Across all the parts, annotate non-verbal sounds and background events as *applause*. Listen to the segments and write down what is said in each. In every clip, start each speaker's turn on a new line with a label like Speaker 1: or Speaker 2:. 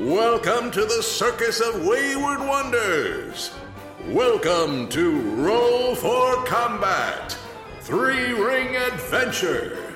Speaker 1: Welcome to the Circus of Wayward Wonders. Welcome to Roll for Combat Three Ring Adventure.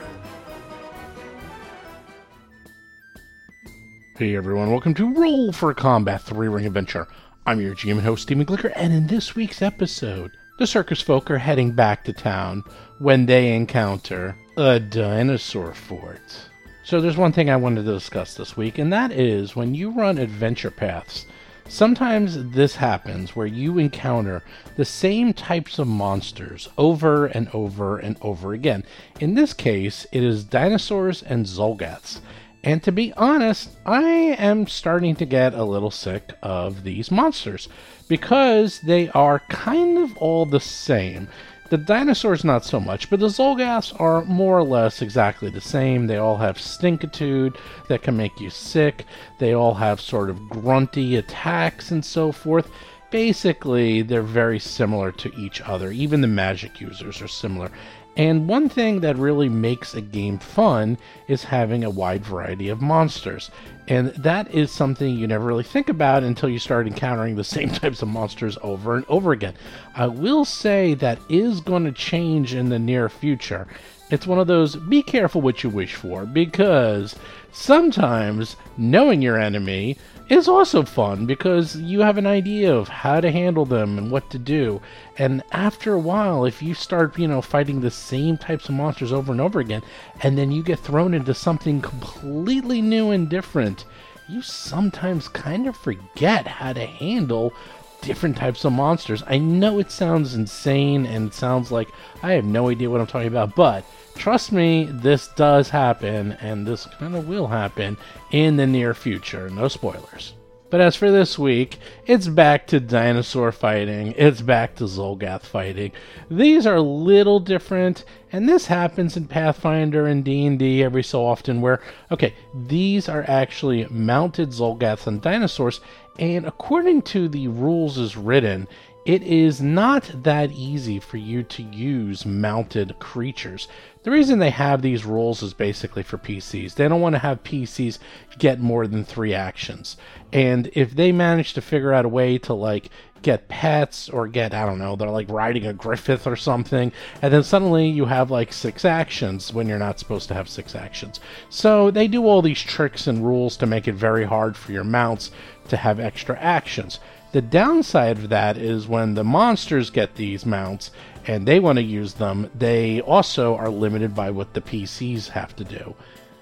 Speaker 2: Hey everyone, welcome to Roll for Combat 3 Ring Adventure. I'm your GM and host, Steven Glicker, and in this week's episode, the circus folk are heading back to town when they encounter a dinosaur fort. So, there's one thing I wanted to discuss this week, and that is when you run adventure paths, sometimes this happens where you encounter the same types of monsters over and over and over again. In this case, it is dinosaurs and Zolgaths. And to be honest, I am starting to get a little sick of these monsters because they are kind of all the same. The dinosaurs, not so much, but the Zolgaths are more or less exactly the same. They all have stinkitude that can make you sick, they all have sort of grunty attacks and so forth basically they're very similar to each other. Even the magic users are similar. And one thing that really makes a game fun is having a wide variety of monsters. And that is something you never really think about until you start encountering the *laughs* same types of monsters over and over again. I will say that is going to change in the near future. It's one of those be careful what you wish for because sometimes knowing your enemy is also fun because you have an idea of how to handle them and what to do. And after a while, if you start, you know, fighting the same types of monsters over and over again, and then you get thrown into something completely new and different, you sometimes kind of forget how to handle different types of monsters. I know it sounds insane and it sounds like I have no idea what I'm talking about, but trust me, this does happen and this kind of will happen in the near future. No spoilers. But as for this week, it's back to dinosaur fighting. It's back to Zolgath fighting. These are a little different, and this happens in Pathfinder and D&D every so often where okay, these are actually mounted Zolgaths and dinosaurs, and according to the rules as written, it is not that easy for you to use mounted creatures. The reason they have these rules is basically for PCs. They don't want to have PCs get more than three actions. And if they manage to figure out a way to, like, get pets or get, I don't know, they're like riding a griffith or something, and then suddenly you have like six actions when you're not supposed to have six actions. So they do all these tricks and rules to make it very hard for your mounts to have extra actions. The downside of that is when the monsters get these mounts and they want to use them, they also are limited by what the PCs have to do.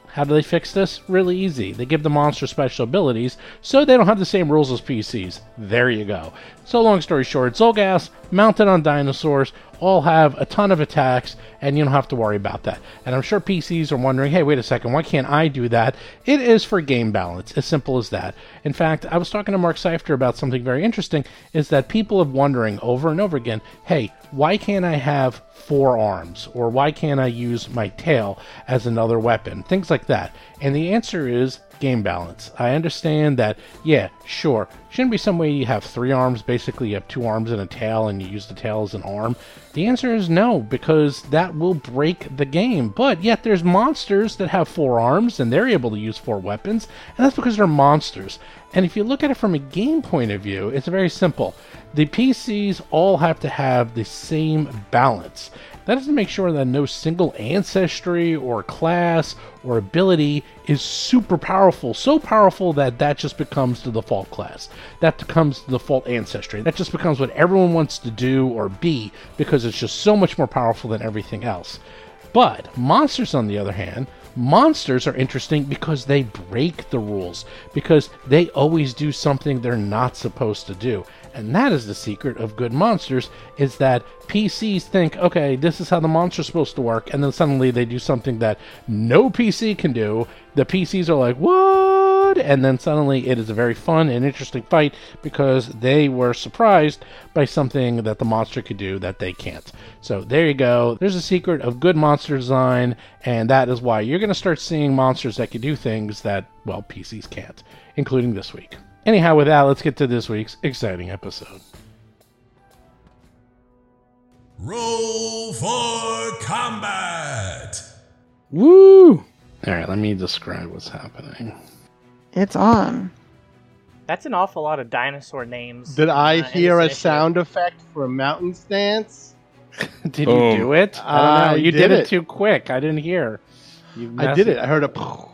Speaker 2: How do they fix this? Really easy. They give the monster special abilities, so they don't have the same rules as PCs. There you go. So, long story short, Zolgas, mounted on dinosaurs, all have a ton of attacks, and you don't have to worry about that. And I'm sure PCs are wondering hey, wait a second, why can't I do that? It is for game balance, as simple as that. In fact, I was talking to Mark Seifter about something very interesting is that people have wondering over and over again hey, why can't I have four arms? Or why can't I use my tail as another weapon? Things like that. And the answer is game balance. I understand that, yeah, sure. Shouldn't be some way you have three arms, basically, you have two arms and a tail, and you use the tail as an arm. The answer is no, because that will break the game. But yet, there's monsters that have four arms, and they're able to use four weapons, and that's because they're monsters. And if you look at it from a game point of view, it's very simple. The PCs all have to have the same balance. That is to make sure that no single ancestry or class or ability is super powerful. So powerful that that just becomes the default class. That becomes the default ancestry. That just becomes what everyone wants to do or be because it's just so much more powerful than everything else. But monsters, on the other hand, monsters are interesting because they break the rules, because they always do something they're not supposed to do. And that is the secret of good monsters is that PCs think, okay, this is how the monster's supposed to work, and then suddenly they do something that no PC can do. The PCs are like, what? And then suddenly it is a very fun and interesting fight because they were surprised by something that the monster could do that they can't. So there you go. There's a secret of good monster design, and that is why you're going to start seeing monsters that can do things that, well, PCs can't, including this week. Anyhow, with that, let's get to this week's exciting episode.
Speaker 1: Roll for Combat!
Speaker 2: Woo! All right, let me describe what's happening.
Speaker 3: It's on. That's an awful lot of dinosaur names.
Speaker 4: Did I
Speaker 3: Uh,
Speaker 4: hear a
Speaker 3: initiative.
Speaker 4: sound effect for a mountain stance?
Speaker 2: *laughs* Did
Speaker 5: Oh.
Speaker 2: you do it? I
Speaker 4: I
Speaker 2: don't know. You
Speaker 4: did
Speaker 2: did, it.
Speaker 4: it.
Speaker 2: too quick. I didn't hear. You
Speaker 4: I did
Speaker 2: messed-
Speaker 4: it. I heard a. *laughs*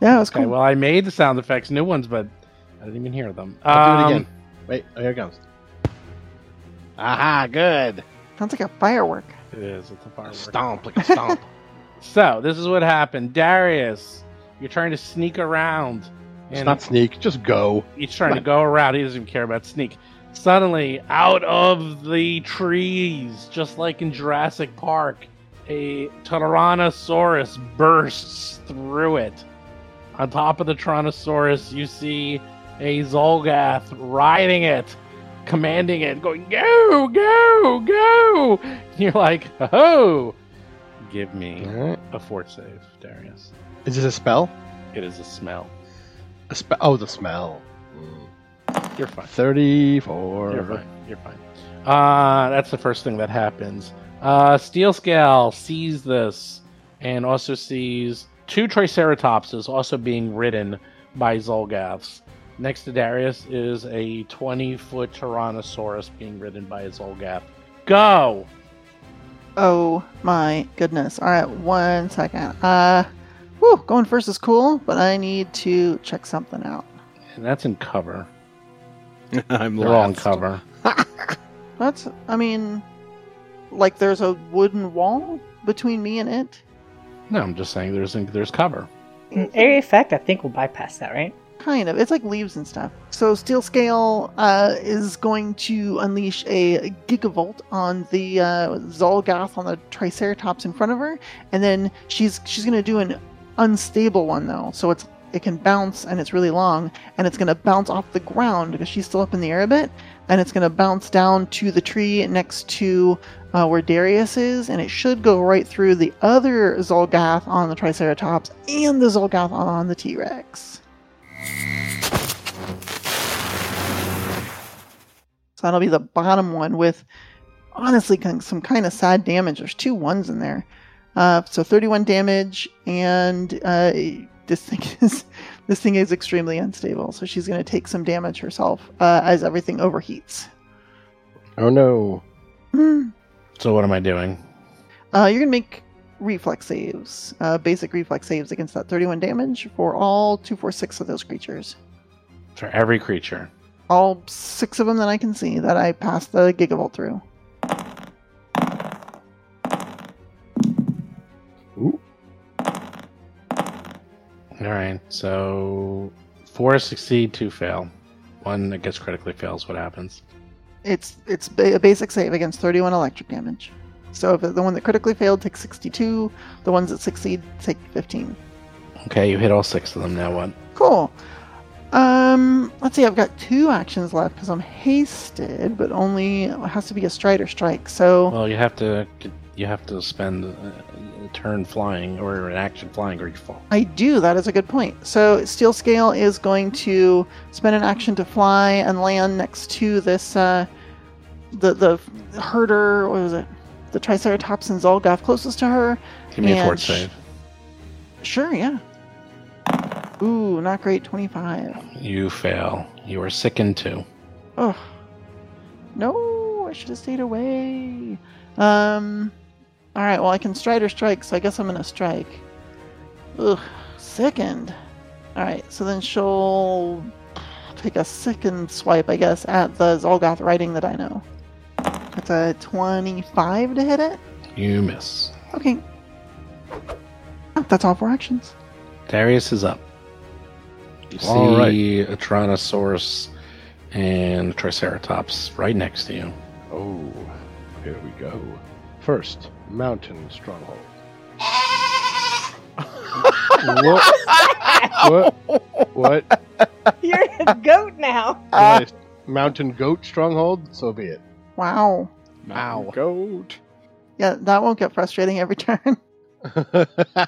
Speaker 6: Yeah, it's
Speaker 2: Okay,
Speaker 6: cool.
Speaker 2: well, I made the sound effects, new ones, but I didn't even hear them.
Speaker 4: I'll do it
Speaker 2: Um,
Speaker 4: again. Wait, oh, here it comes. Aha, good.
Speaker 6: Sounds like a firework.
Speaker 2: It is. It's a firework. *laughs*
Speaker 4: Stomp like a stomp.
Speaker 2: So this is what happened, Darius. You're trying to sneak around,
Speaker 4: it's
Speaker 2: and
Speaker 4: not sneak, just go.
Speaker 2: he's trying to go around. He doesn't even care about sneak. Suddenly, out of the trees, just like in Jurassic Park, a Tyrannosaurus bursts through it. On top of the Tyrannosaurus, you see a Zolgath riding it, commanding it, going, Go, go, go! You're like, Oh, give me
Speaker 4: Alright.
Speaker 2: a fort save, Darius.
Speaker 4: Is this a spell?
Speaker 2: It is a smell.
Speaker 4: A spe- oh, the smell.
Speaker 2: You're fine.
Speaker 4: 34.
Speaker 2: You're
Speaker 4: *laughs*
Speaker 2: fine. You're fine. Uh, that's the first thing that happens. Uh, Steel Scale sees this and also sees two Triceratopses also being ridden by Zolgaths. Next to Darius is a 20 foot Tyrannosaurus being ridden by a Zolgath. Go!
Speaker 6: Oh my goodness. All right, one second. Uh, whew, going first is cool, but I need to check something out.
Speaker 2: And that's in cover.
Speaker 5: I'm
Speaker 2: They're all in
Speaker 5: last.
Speaker 2: cover.
Speaker 6: That's, I mean, like there's a wooden wall between me and it.
Speaker 2: No, I'm just saying there's there's cover.
Speaker 3: Mm, Area effect, I think, will bypass
Speaker 2: *laughs*
Speaker 3: that, right?
Speaker 6: Kind of. It's like leaves and stuff. So Steel Scale uh, is going to unleash a Gigavolt on the uh, Zolgoth on the Triceratops in front of her, and then she's she's going to do an unstable one though. So it's it can bounce and it's really long, and it's going to bounce off the ground because she's still up in the air a bit, and it's going to bounce down to the tree next to uh, where Darius is, and it should go right through the other Zolgath on the Triceratops and the Zolgath on the T Rex. So that'll be the bottom one with honestly kin- some kind of side damage. There's two ones in there. Uh, so 31 damage, and uh, this thing *laughs* is this thing is extremely unstable. So she's going to take some damage herself uh, as everything overheats. *clears throat*
Speaker 4: Oh, no.
Speaker 6: Hmm.
Speaker 2: So what am I doing?
Speaker 6: Uh, you're going to make reflex saves, uh, basic reflex saves against that 31 damage for all two, four, six of those creatures.
Speaker 2: For every creature.
Speaker 6: All six of them that I can see that I passed the gigavolt through.
Speaker 2: All right. So four succeed, two fail. One that gets critically fails. What happens?
Speaker 6: It's it's ba- a basic save against 31 electric damage. So if the one that critically failed takes 62, the ones that succeed take 15.
Speaker 2: Okay, you hit all six of them. Now what?
Speaker 6: Cool. Um, let's see. I've got two actions left because I'm hasted, but only it has to be a stride or strike. So
Speaker 2: Well, you have to you have to spend a, a turn flying or an action flying, or you fall.
Speaker 6: I do. That is a good point. So Steel Scale is going to spend an action to fly and land next to this uh, the the herder. What was it? The Triceratops and Zolgoth closest to her.
Speaker 2: Give me a
Speaker 6: And
Speaker 2: fort
Speaker 6: sh-
Speaker 2: save.
Speaker 6: Sure, yeah. Ooh, not great. 25.
Speaker 2: You fail. You are sickened too.
Speaker 6: Ugh. No, I should have stayed away. Um. All right. Well, I can stride or strike, so I guess I'm gonna strike. Ugh. Sickened. All right. So then she'll take a second swipe, I guess, at the Zolgoth riding the dino. That's a 25 to hit it.
Speaker 2: You miss.
Speaker 6: Okay. Oh, that's all four actions.
Speaker 2: Darius is up. You
Speaker 5: All right.
Speaker 2: see a Tyrannosaurus and a Triceratops right next to you.
Speaker 4: Oh, here we go. First, mountain
Speaker 2: *laughs*
Speaker 4: stronghold. what? What? What?
Speaker 3: You're a goat
Speaker 2: *laughs*
Speaker 3: now.
Speaker 2: Uh,
Speaker 4: Nice. Mountain goat stronghold? So be it. *laughs*
Speaker 6: Wow.
Speaker 4: Mountain Goat.
Speaker 6: Yeah, that won't get frustrating every *laughs* turn.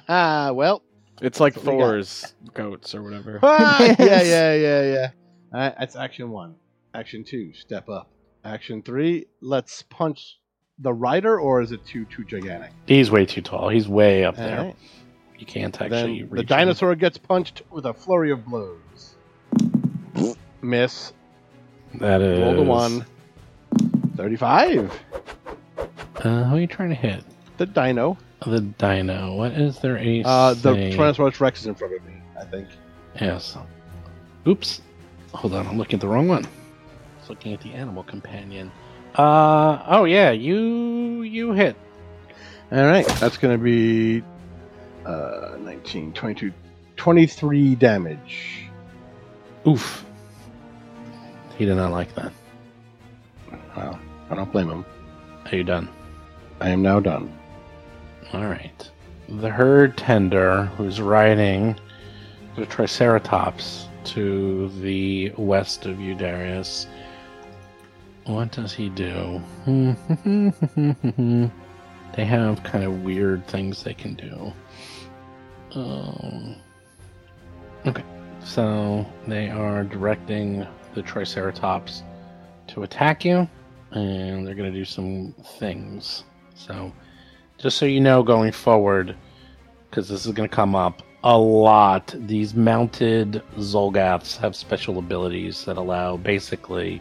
Speaker 4: well, *laughs*
Speaker 5: It's like
Speaker 4: That's what we got.
Speaker 5: Thor's goats or whatever.
Speaker 4: ah, yeah,
Speaker 6: Yes.
Speaker 4: yeah, yeah, yeah. All right, that's action one. Action two, step up. Action three, let's punch the rider, or is it too too gigantic?
Speaker 2: He's way too tall. He's way up
Speaker 4: All
Speaker 2: there.
Speaker 4: right.
Speaker 2: You can't actually
Speaker 4: Then
Speaker 2: reach
Speaker 4: the
Speaker 2: him.
Speaker 4: dinosaur gets punched with a flurry of blows. Miss.
Speaker 5: That is.
Speaker 4: Roll the one. 35.
Speaker 2: Uh, who are you trying to hit?
Speaker 4: The dino.
Speaker 2: The dino. What is their AC?
Speaker 4: Uh, the Tyrannosaurus Rex is in front of me, I think.
Speaker 2: Yes. Oops. Hold on, I'm looking at the wrong one. I was looking at the animal companion. Uh oh yeah, you you hit.
Speaker 4: All right. That's going to be uh, 19, 22, 23 damage.
Speaker 2: Oof. He did not like that.
Speaker 4: Wow. I don't blame him.
Speaker 2: Are you done?
Speaker 4: I am now done.
Speaker 2: All right. The herd tender who's riding the Triceratops to the west of Eudarius. What does he do? *laughs* they have kind of weird things they can do. Um, okay, so they are directing the Triceratops to attack you, and they're going to do some things. So, just so you know, going forward, because this is going to come up a lot. These mounted Zolgaths have special abilities that allow basically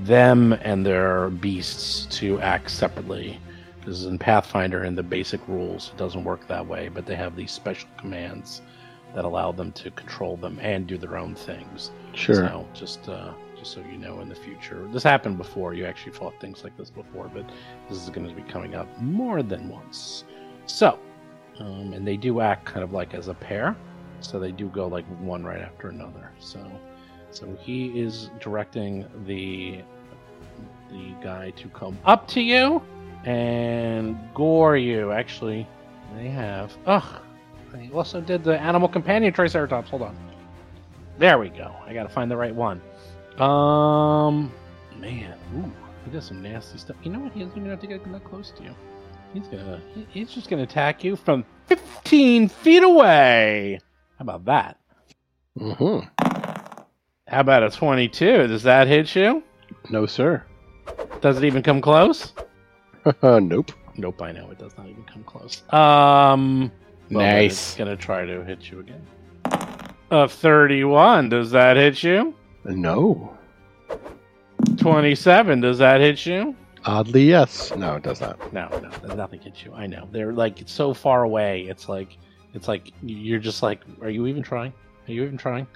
Speaker 2: them and their beasts to act separately. This is in Pathfinder in the basic rules. It doesn't work that way, but they have these special commands that allow them to control them and do their own things. So just uh, just so you know, in the future, this happened before. You actually fought things like this before, but this is going to be coming up more than once. So, um, and they do act kind of like as a pair, so they do go like one right after another. So, so he is directing the the guy to come up to you and gore you. Actually, they have. Ugh. They also did the animal companion Triceratops. Hold on. There we go. I gotta find the right one. Um, man, ooh, he does some nasty stuff. You know what? He doesn't even have to get that close to you. He's gonna, he- he's just gonna attack you from 15 feet away. How about that?
Speaker 4: Mm-hmm.
Speaker 2: How about a 22? Does that hit you?
Speaker 4: No, sir. *laughs*
Speaker 2: Does it even come close?
Speaker 4: nope.
Speaker 2: Nope, I know it does not even come close. Um, well, then It's
Speaker 5: nice.
Speaker 2: gonna try to hit you again. A 31. Does that hit you?
Speaker 4: No.
Speaker 2: 27. Does that hit you?
Speaker 4: Oddly, yes. No, it does not.
Speaker 2: No, no, there's nothing gets you. I know. They're like so far away. It's like, it's like you're just like, are you even trying? Are you even trying?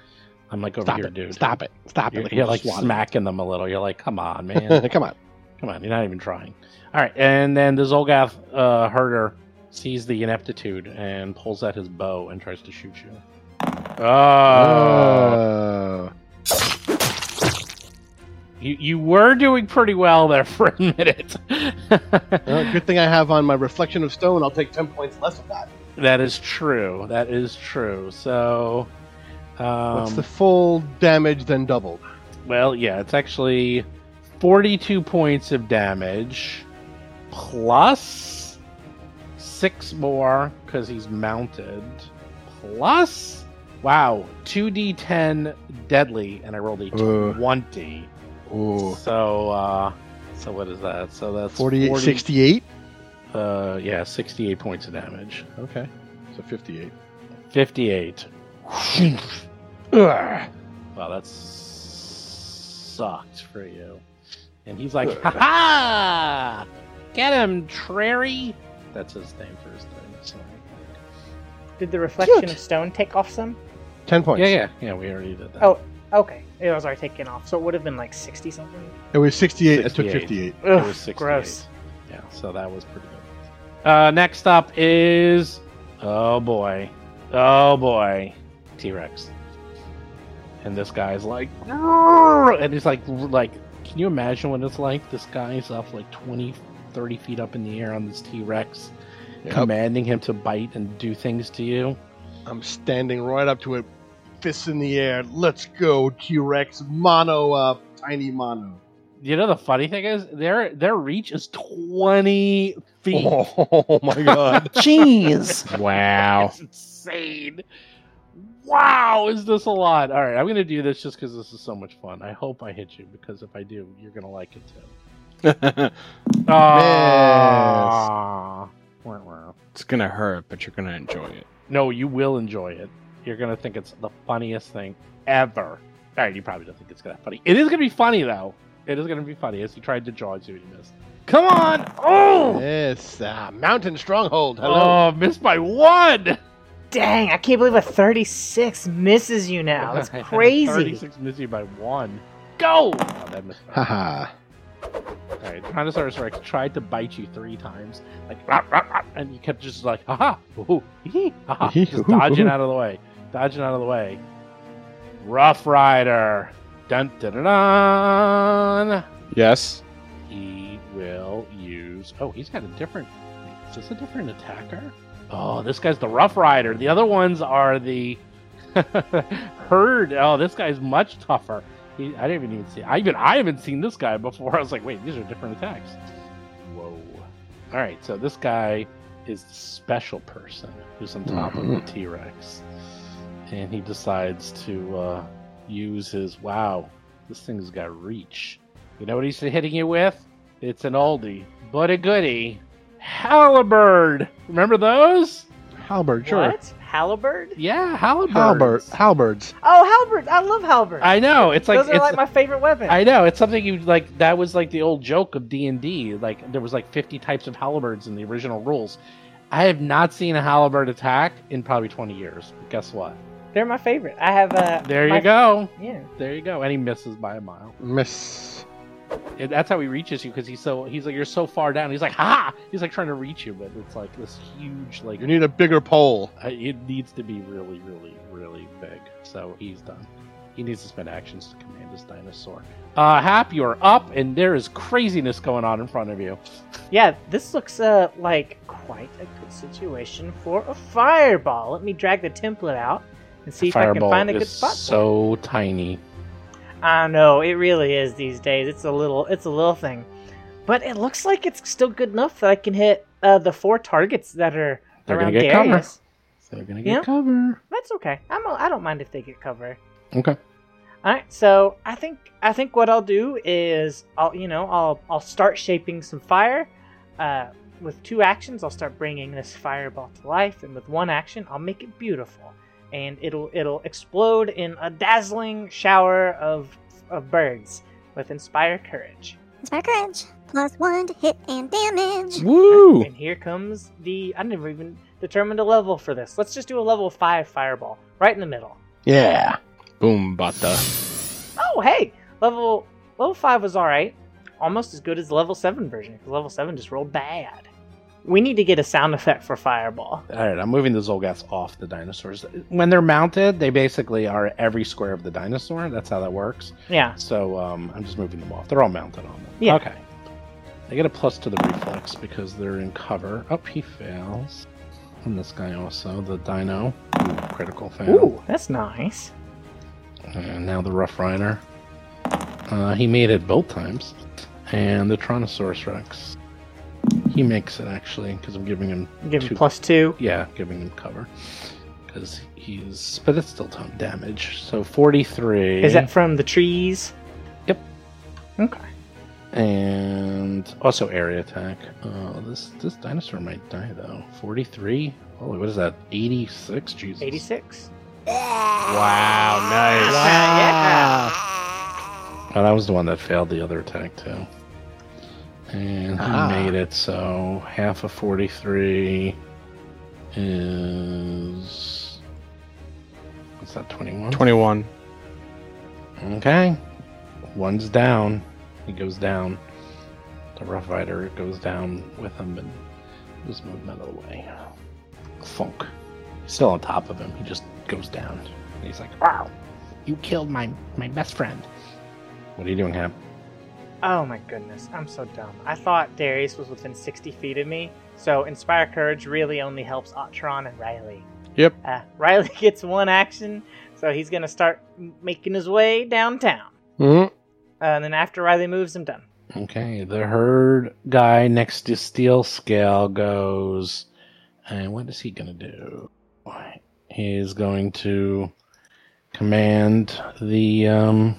Speaker 2: I'm like over
Speaker 4: Stop
Speaker 2: here,
Speaker 4: it.
Speaker 2: dude.
Speaker 4: Stop it. Stop
Speaker 2: You're,
Speaker 4: it.
Speaker 2: you're, like
Speaker 4: Swat it.
Speaker 2: smacking them a little. You're like, come on, *laughs*
Speaker 4: *laughs*
Speaker 2: man,
Speaker 4: Come on.
Speaker 2: come on. You're not even trying. All right, and then the Zolgath uh, herder sees the ineptitude and pulls out his bow and tries to shoot you. Oh,
Speaker 4: Uh,
Speaker 2: you, you were doing pretty well there for a minute. *laughs*
Speaker 4: well, good thing I have on my reflection of stone. I'll take ten points less of that.
Speaker 2: That is true. That is true. So, um,
Speaker 4: What's the full damage then doubled?
Speaker 2: well, yeah, it's actually 42 points of damage plus six more because he's mounted plus wow 2d10 deadly and i rolled a
Speaker 4: Uh.
Speaker 2: 20
Speaker 4: Ooh.
Speaker 2: so uh so what is that so that's
Speaker 4: 48,
Speaker 2: 40
Speaker 4: 68?
Speaker 2: uh yeah 68 points of damage
Speaker 4: Okay. So 58.
Speaker 2: 58. *laughs* Ugh. wow, that sucked for you. And he's like, ha ha! Get him, Trary! That's his name for his name. Sorry.
Speaker 3: Did the reflection
Speaker 6: Cute.
Speaker 3: of stone take off some?
Speaker 4: 10 points.
Speaker 2: Yeah, yeah, yeah, we already did that.
Speaker 3: Oh, okay. It was already taken off, so it would have been like 60 something.
Speaker 4: It was 68. I took
Speaker 2: 68.
Speaker 4: 58.
Speaker 3: Ugh,
Speaker 2: it was 68.
Speaker 3: gross.
Speaker 2: Yeah, so that was pretty good. Uh, next up is. Oh boy. Oh boy. T Rex. And this guy's like. "Grrr," And he's like, like, can you imagine what it's like? This guy's up like 20, 30 feet up in the air on this T Rex,
Speaker 4: Yep.
Speaker 2: commanding him to bite and do things to you.
Speaker 4: I'm standing right up to it, fists in the air. Let's go, T Rex. Mono up. Tiny mono.
Speaker 2: You know the funny thing is their their reach is twenty feet.
Speaker 4: *laughs* Oh my *laughs* god.
Speaker 6: Jeez.
Speaker 2: *laughs*
Speaker 5: Wow.
Speaker 2: That's insane. Wow, is this a lot? All right, I'm gonna do this just because this is so much fun. I hope I hit you because if I do, you're gonna like it too.
Speaker 5: it's
Speaker 2: Ah. Wah, wah.
Speaker 5: gonna hurt, but you're gonna enjoy it.
Speaker 2: No, you will enjoy it. You're gonna think it's the funniest thing ever. All right, you probably don't think it's gonna be funny. It is gonna be funny though. It is gonna be funny as he tried to draw and see what he missed. Come on! Oh,
Speaker 4: Yes, uh, mountain stronghold. Hello.
Speaker 2: oh, missed by one.
Speaker 3: Dang, I can't believe a 36 misses you
Speaker 2: *laughs*
Speaker 3: now. That's crazy.
Speaker 2: Thirty-six missed you by one. Go! Oh,
Speaker 3: *laughs*
Speaker 2: that missed.
Speaker 4: Haha.
Speaker 2: All right, Tyrannosaurus Rex tried to bite you three times, like rah, rah, rah, and you kept just like haha, ooh, hee, haha, just dodging out of the way, dodging out of the way. Rough Rider, dun dun dun. dun.
Speaker 5: Yes.
Speaker 2: He will use. Oh, he's got a different. Is this a different attacker? Oh, this guy's the Rough Rider. The other ones are the *laughs* Herd. Oh, this guy's much tougher. He, I didn't even see. I even I haven't seen this guy before. *laughs* I was like, wait, these are different attacks. Whoa. All right, so this guy is the special person who's on top of the T Rex, and he decides to uh, use his. Wow, this thing's got reach. You know what he's hitting you with? It's an oldie, but a goodie. Halibird. Remember those?
Speaker 4: Halberd, sure.
Speaker 3: What? Halibird?
Speaker 2: Yeah, halibird.
Speaker 4: Halberd, halberds.
Speaker 3: Oh, Halberd! I love Halberd.
Speaker 2: I know. It's like
Speaker 3: Those are
Speaker 2: it's-
Speaker 3: like my favorite weapon.
Speaker 2: I know it's something you like. That was like the old joke of D and D. Like there was like fifty types of halberds in the original rules. I have not seen a halibird attack in probably twenty years. But guess what?
Speaker 3: They're my favorite. I have uh,
Speaker 2: There
Speaker 3: my-
Speaker 2: you go.
Speaker 3: Yeah.
Speaker 2: There you go. And he misses by a mile.
Speaker 4: Miss.
Speaker 2: And that's how he reaches you because he's so he's like you're so far down. He's like ha. He's like trying to reach you, but it's like this huge like
Speaker 4: You need a bigger pole.
Speaker 2: Uh, it needs to be really, really, really big. So he's done. He needs to spend actions to command his dinosaur. Uh, Hap, you are up, and there is craziness going on in front of you.
Speaker 3: Yeah, this looks uh like quite a good situation for a fireball. Let me drag the template out and see if
Speaker 2: Fireball
Speaker 3: I can find a good
Speaker 2: is
Speaker 3: spot. for
Speaker 2: so tiny.
Speaker 3: it. I know it really is these days. It's a little, it's a little thing, but it looks like it's still good enough that I can hit uh, the four targets that are
Speaker 5: They're
Speaker 3: around
Speaker 5: gonna get cover.
Speaker 3: Darius.
Speaker 5: They're gonna
Speaker 3: Yeah.
Speaker 5: cover.
Speaker 3: That's okay. I'm, a, I don't mind if they get cover.
Speaker 5: Okay.
Speaker 3: All right, so I think I think what I'll do is I'll you know I'll I'll start shaping some fire. Uh, with two actions, I'll start bringing this fireball to life, and with one action, I'll make it beautiful, and it'll it'll explode in a dazzling shower of of birds with inspire courage.
Speaker 7: Inspire courage. Plus one to hit and
Speaker 5: *laughs*
Speaker 7: damage.
Speaker 5: Woo!
Speaker 3: And here comes the I never even determined a level for this. Let's just do a level five fireball right in the middle.
Speaker 4: Yeah.
Speaker 5: Boom bata.
Speaker 3: Oh hey, level level five was all right, almost as good as level seven version because level seven just rolled bad. We need to get a sound effect for fireball.
Speaker 2: All right, I'm moving the Zolgaths off the dinosaurs. When they're mounted, they basically are every square of the dinosaur. That's how that works.
Speaker 3: Yeah,
Speaker 2: So um, I'm just moving them off. They're all mounted on them.
Speaker 3: Yeah.
Speaker 2: Okay. They get a plus to the reflex because they're in cover. Oh, he fails. And this guy also, the dino. Ooh, critical fail.
Speaker 3: ooh, that's nice.
Speaker 2: And now the Rough Rider. Uh, he made it both times. And the Tyrannosaurus Rex. He makes it actually because I'm giving him,
Speaker 3: Give him
Speaker 2: Two.
Speaker 3: plus two.
Speaker 2: yeah, giving him cover because he's, but it's still ton of damage. So 43.
Speaker 3: Is that from the trees?
Speaker 2: Yep.
Speaker 3: Okay.
Speaker 2: and also area attack. Oh, this this dinosaur might die though. Forty three. Holy, what is that? Eighty six. Jesus.
Speaker 3: Eighty-six.
Speaker 5: Wow, nice.
Speaker 3: Yeah.
Speaker 4: Ah,
Speaker 2: Oh, that was the one that failed the other attack too. And he
Speaker 4: Ah.
Speaker 2: made it. So half of forty three is what's that? Twenty one.
Speaker 5: Twenty-one.
Speaker 2: Okay. One's down. He goes down. The Rough Rider goes down with him and just move him out of the way. Funk. He's still on top of him. He just goes down. And he's like, Wow, you killed my, my best friend. What are you doing, Hap?
Speaker 3: Oh my goodness, I'm so dumb. I thought Darius was within sixty feet of me, so inspire courage really only helps Atron and Riley.
Speaker 5: Yep.
Speaker 3: Uh, Riley *laughs* gets one action, so he's gonna start m- making his way downtown.
Speaker 4: hmm
Speaker 3: Uh, and then after Riley moves, I'm done.
Speaker 2: Okay, the herd guy next to Steel Scale goes, and what is he going to do? He's going to command the um,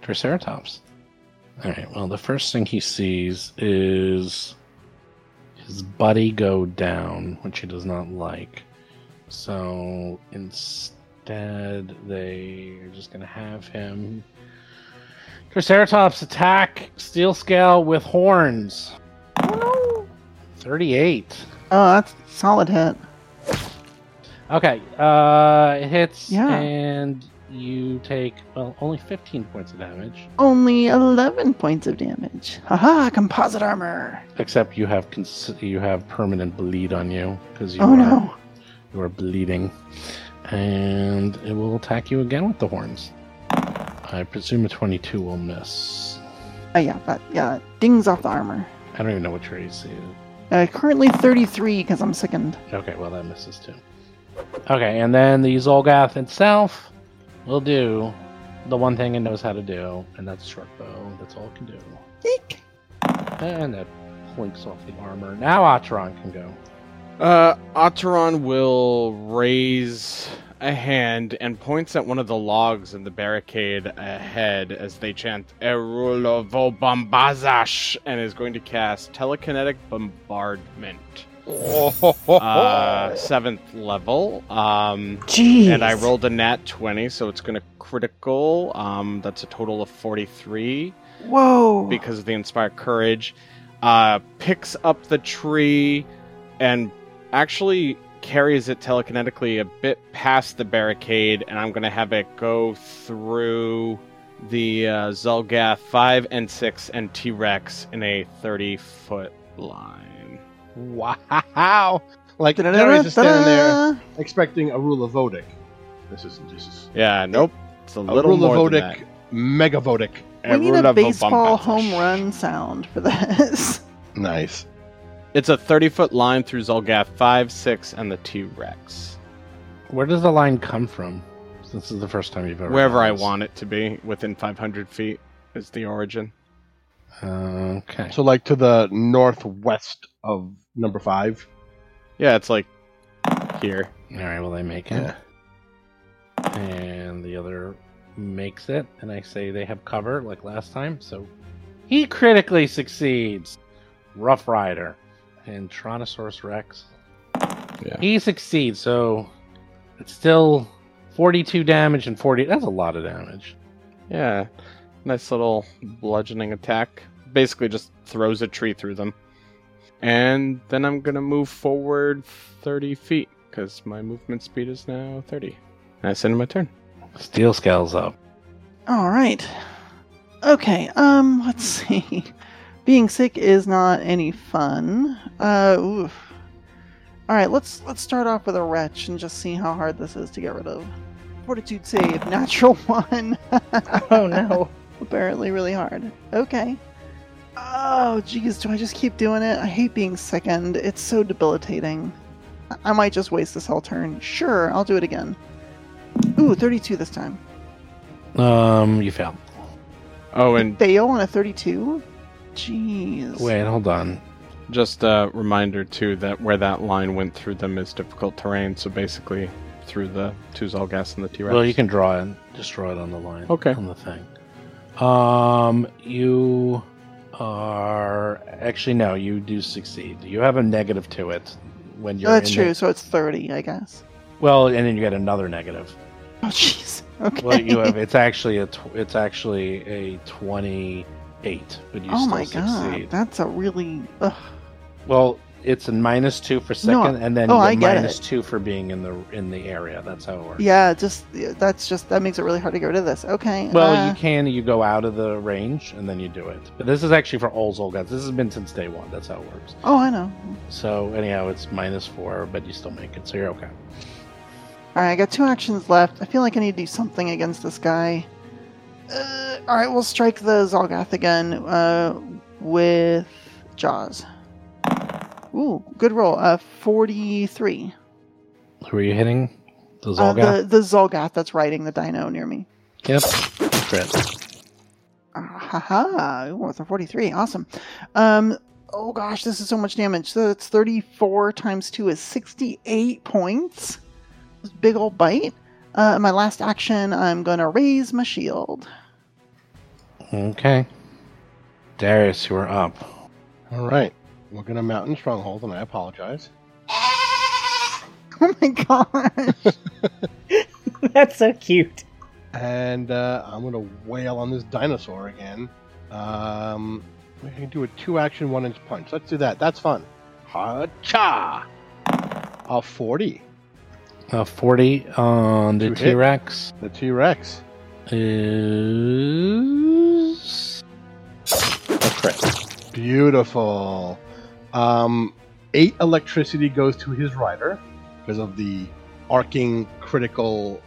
Speaker 2: Triceratops. All right, well, the first thing he sees is his buddy go down, which he does not like. So instead, dead. They are just gonna have him. Triceratops attack Steel Scale with horns. Thirty-eight.
Speaker 6: *laughs* Oh, that's a solid hit.
Speaker 2: Okay, uh, it hits,
Speaker 6: Yeah.
Speaker 2: and you take well only fifteen points of damage.
Speaker 6: Only 11 points of damage. Haha, composite armor.
Speaker 2: Except you have cons- you have permanent bleed on you because you
Speaker 6: oh
Speaker 2: are
Speaker 6: no.
Speaker 2: you are bleeding, and it will attack you again with the horns. I presume a twenty-two will miss.
Speaker 6: Oh yeah, that yeah, that dings off the armor.
Speaker 2: I don't even know what your AC is.
Speaker 6: Uh, currently 33 because I'm sickened.
Speaker 2: Okay, well that misses too. Okay, and then the Zolgath itself will do the one thing it knows how to do, and that's short bow. That's all it can do.
Speaker 6: Eek.
Speaker 2: And that plinks off the armor. Now Atron can go.
Speaker 5: Uh, Otteron will raise a hand and points at one of the logs in the barricade ahead as they chant Erulovo Bombazash and is going to cast Telekinetic Bombardment. Uh, seventh level. Um,
Speaker 3: Jeez.
Speaker 5: and I rolled a nat 20, so it's going to critical. Um, that's a total of 43
Speaker 6: Whoa.
Speaker 5: because of the inspired courage. Uh, picks up the tree and actually carries it telekinetically a bit past the barricade, and I'm going to have it go through the uh, Zolgath 5 and 6 and T Rex in a 30 foot line.
Speaker 4: Hmm? Wow. Like Jerry's just standing there
Speaker 6: Da-da-da-da-da.
Speaker 4: expecting a rule of Vodic. This isn't this is
Speaker 5: Yeah, nope. It's
Speaker 4: a
Speaker 5: a, little
Speaker 4: rule
Speaker 5: more
Speaker 4: of
Speaker 5: than that.
Speaker 4: Vodic, mega Vodic.
Speaker 6: We need
Speaker 5: Rule
Speaker 6: a
Speaker 5: of Vodic.
Speaker 6: baseball home run sound for this. *laughs*
Speaker 4: Nice.
Speaker 5: It's a 30 foot line through Zolgath 5, 6, and the T Rex.
Speaker 2: Where does the line come from? Since this is the first time you've ever.
Speaker 5: Wherever
Speaker 2: done
Speaker 5: I
Speaker 2: this.
Speaker 5: want it to be, within 500 feet, is the origin.
Speaker 2: Uh, okay.
Speaker 4: So like to the northwest of number five.
Speaker 5: Yeah, it's like here.
Speaker 2: All right. Well, they make it, and the other makes it, and I say they have cover like last time. So he critically succeeds. Rough Rider and Tyrannosaurus Rex.
Speaker 5: Yeah.
Speaker 2: He succeeds. So it's still forty-two damage and forty. That's a lot of damage.
Speaker 5: Yeah. Nice little bludgeoning attack. Basically, just throws a tree through them. And then I'm going to move forward 30 feet because my movement speed is now 30. That's end of my turn.
Speaker 2: Steel scales up.
Speaker 6: All right. Okay. Um. *laughs* Let's see. Being sick is not any fun. Uh. Oof. All right. Let's let's start off with a wretch and just see how hard this is to get rid of. Fortitude save, natural *laughs* one.
Speaker 3: Oh no.
Speaker 6: *laughs* Apparently, really hard. Okay. Oh, geez. Do I just keep doing it? I hate being sickened. It's so debilitating. I- I might just waste this whole turn. Sure, I'll do it again. Ooh, 32 this time.
Speaker 2: Um, you fail.
Speaker 5: Oh, and
Speaker 6: fail on a 32? Jeez.
Speaker 2: Wait, hold on.
Speaker 5: Just a reminder too that where that line went through them is difficult terrain. So basically, through the two Zolgas and the T Rex.
Speaker 2: Well, you can draw it, just draw it on the line.
Speaker 5: Okay.
Speaker 2: On the thing. Um, you are actually no, you do succeed. You have a negative to it when you're.
Speaker 6: Oh, that's
Speaker 2: in
Speaker 6: true.
Speaker 2: the-
Speaker 6: So it's 30, I guess.
Speaker 2: well, and then you get another
Speaker 6: *laughs*
Speaker 2: negative.
Speaker 6: Oh, jeez. Okay.
Speaker 2: Well, you have. It's actually a. Tw- it's actually a twenty-eight, but you
Speaker 6: oh
Speaker 2: still
Speaker 6: my
Speaker 2: succeed.
Speaker 6: god. That's a really. Ugh.
Speaker 2: Well, it's a minus two for second, and then
Speaker 6: oh,
Speaker 2: you
Speaker 6: I get
Speaker 2: minus
Speaker 6: it.
Speaker 2: two for being in the in the area. That's how it works.
Speaker 6: Yeah, just. That's just. That makes it really hard to get rid of this. Okay.
Speaker 2: Well,
Speaker 6: uh,
Speaker 2: you can. You go out of the range and then you do it. But this is actually for all Zolgats. This has been since day one. That's how it works.
Speaker 6: Oh, I know.
Speaker 2: So anyhow, it's minus four, but you still make it. So you're okay.
Speaker 6: Alright, I got two actions left. I feel like I need to do something against this guy. Uh, Alright, we'll strike the Zolgath again uh, with Jaws. Ooh, good roll. Uh, 43.
Speaker 2: Who are you hitting? The
Speaker 6: Uh,
Speaker 2: Zolgath.
Speaker 6: the, the Zolgath that's riding the dino near me.
Speaker 2: Yep. Crit.
Speaker 6: Ah, ha ha! Ooh, it's a 43. Awesome. Um, oh gosh, this is so much damage. So that's 34 times 2 is 68 points. This big old bite. Uh, my last action, I'm going to raise my shield. *laughs*
Speaker 2: Okay. Darius, you are up.
Speaker 4: All right. We're gonna mountain stronghold, and I apologize.
Speaker 6: Oh my gosh.
Speaker 3: *laughs* That's so cute.
Speaker 4: and uh, I'm gonna wail on this dinosaur again. Um, we can do a two-action, one-inch punch. Let's do that. That's fun. Ha-cha! A forty.
Speaker 2: Uh, 40 on the
Speaker 4: To hit.
Speaker 2: T Rex
Speaker 4: The T-Rex.
Speaker 2: is. A crit.
Speaker 4: Beautiful. Um, eight electricity goes to his rider because of the arcing critical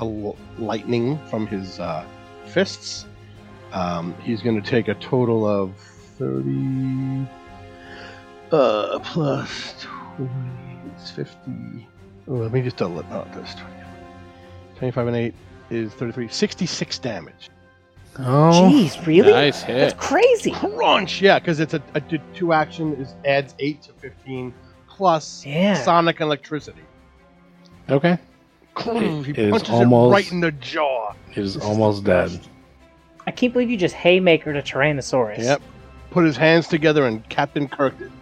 Speaker 4: el- lightning from his uh, fists. Um, he's going to take a total of 30 uh, plus 20, it's 50. Oh, let me just double it. Oh, that's 20. 25 and 8 is 33. 66 damage.
Speaker 2: Oh,
Speaker 3: Jeez, really?
Speaker 5: Nice hit.
Speaker 3: That's crazy.
Speaker 4: Crunch, yeah, because it's a, a d- two action is adds eight to fifteen plus
Speaker 3: Yeah.
Speaker 4: sonic electricity.
Speaker 2: okay.
Speaker 4: Crunch, he
Speaker 2: It is
Speaker 4: punches
Speaker 2: almost-
Speaker 4: it right in the jaw.
Speaker 2: He's almost dead.
Speaker 3: I can't believe you just haymaker to Tyrannosaurus.
Speaker 4: Yep. Put his hands together and Captain Kirk did.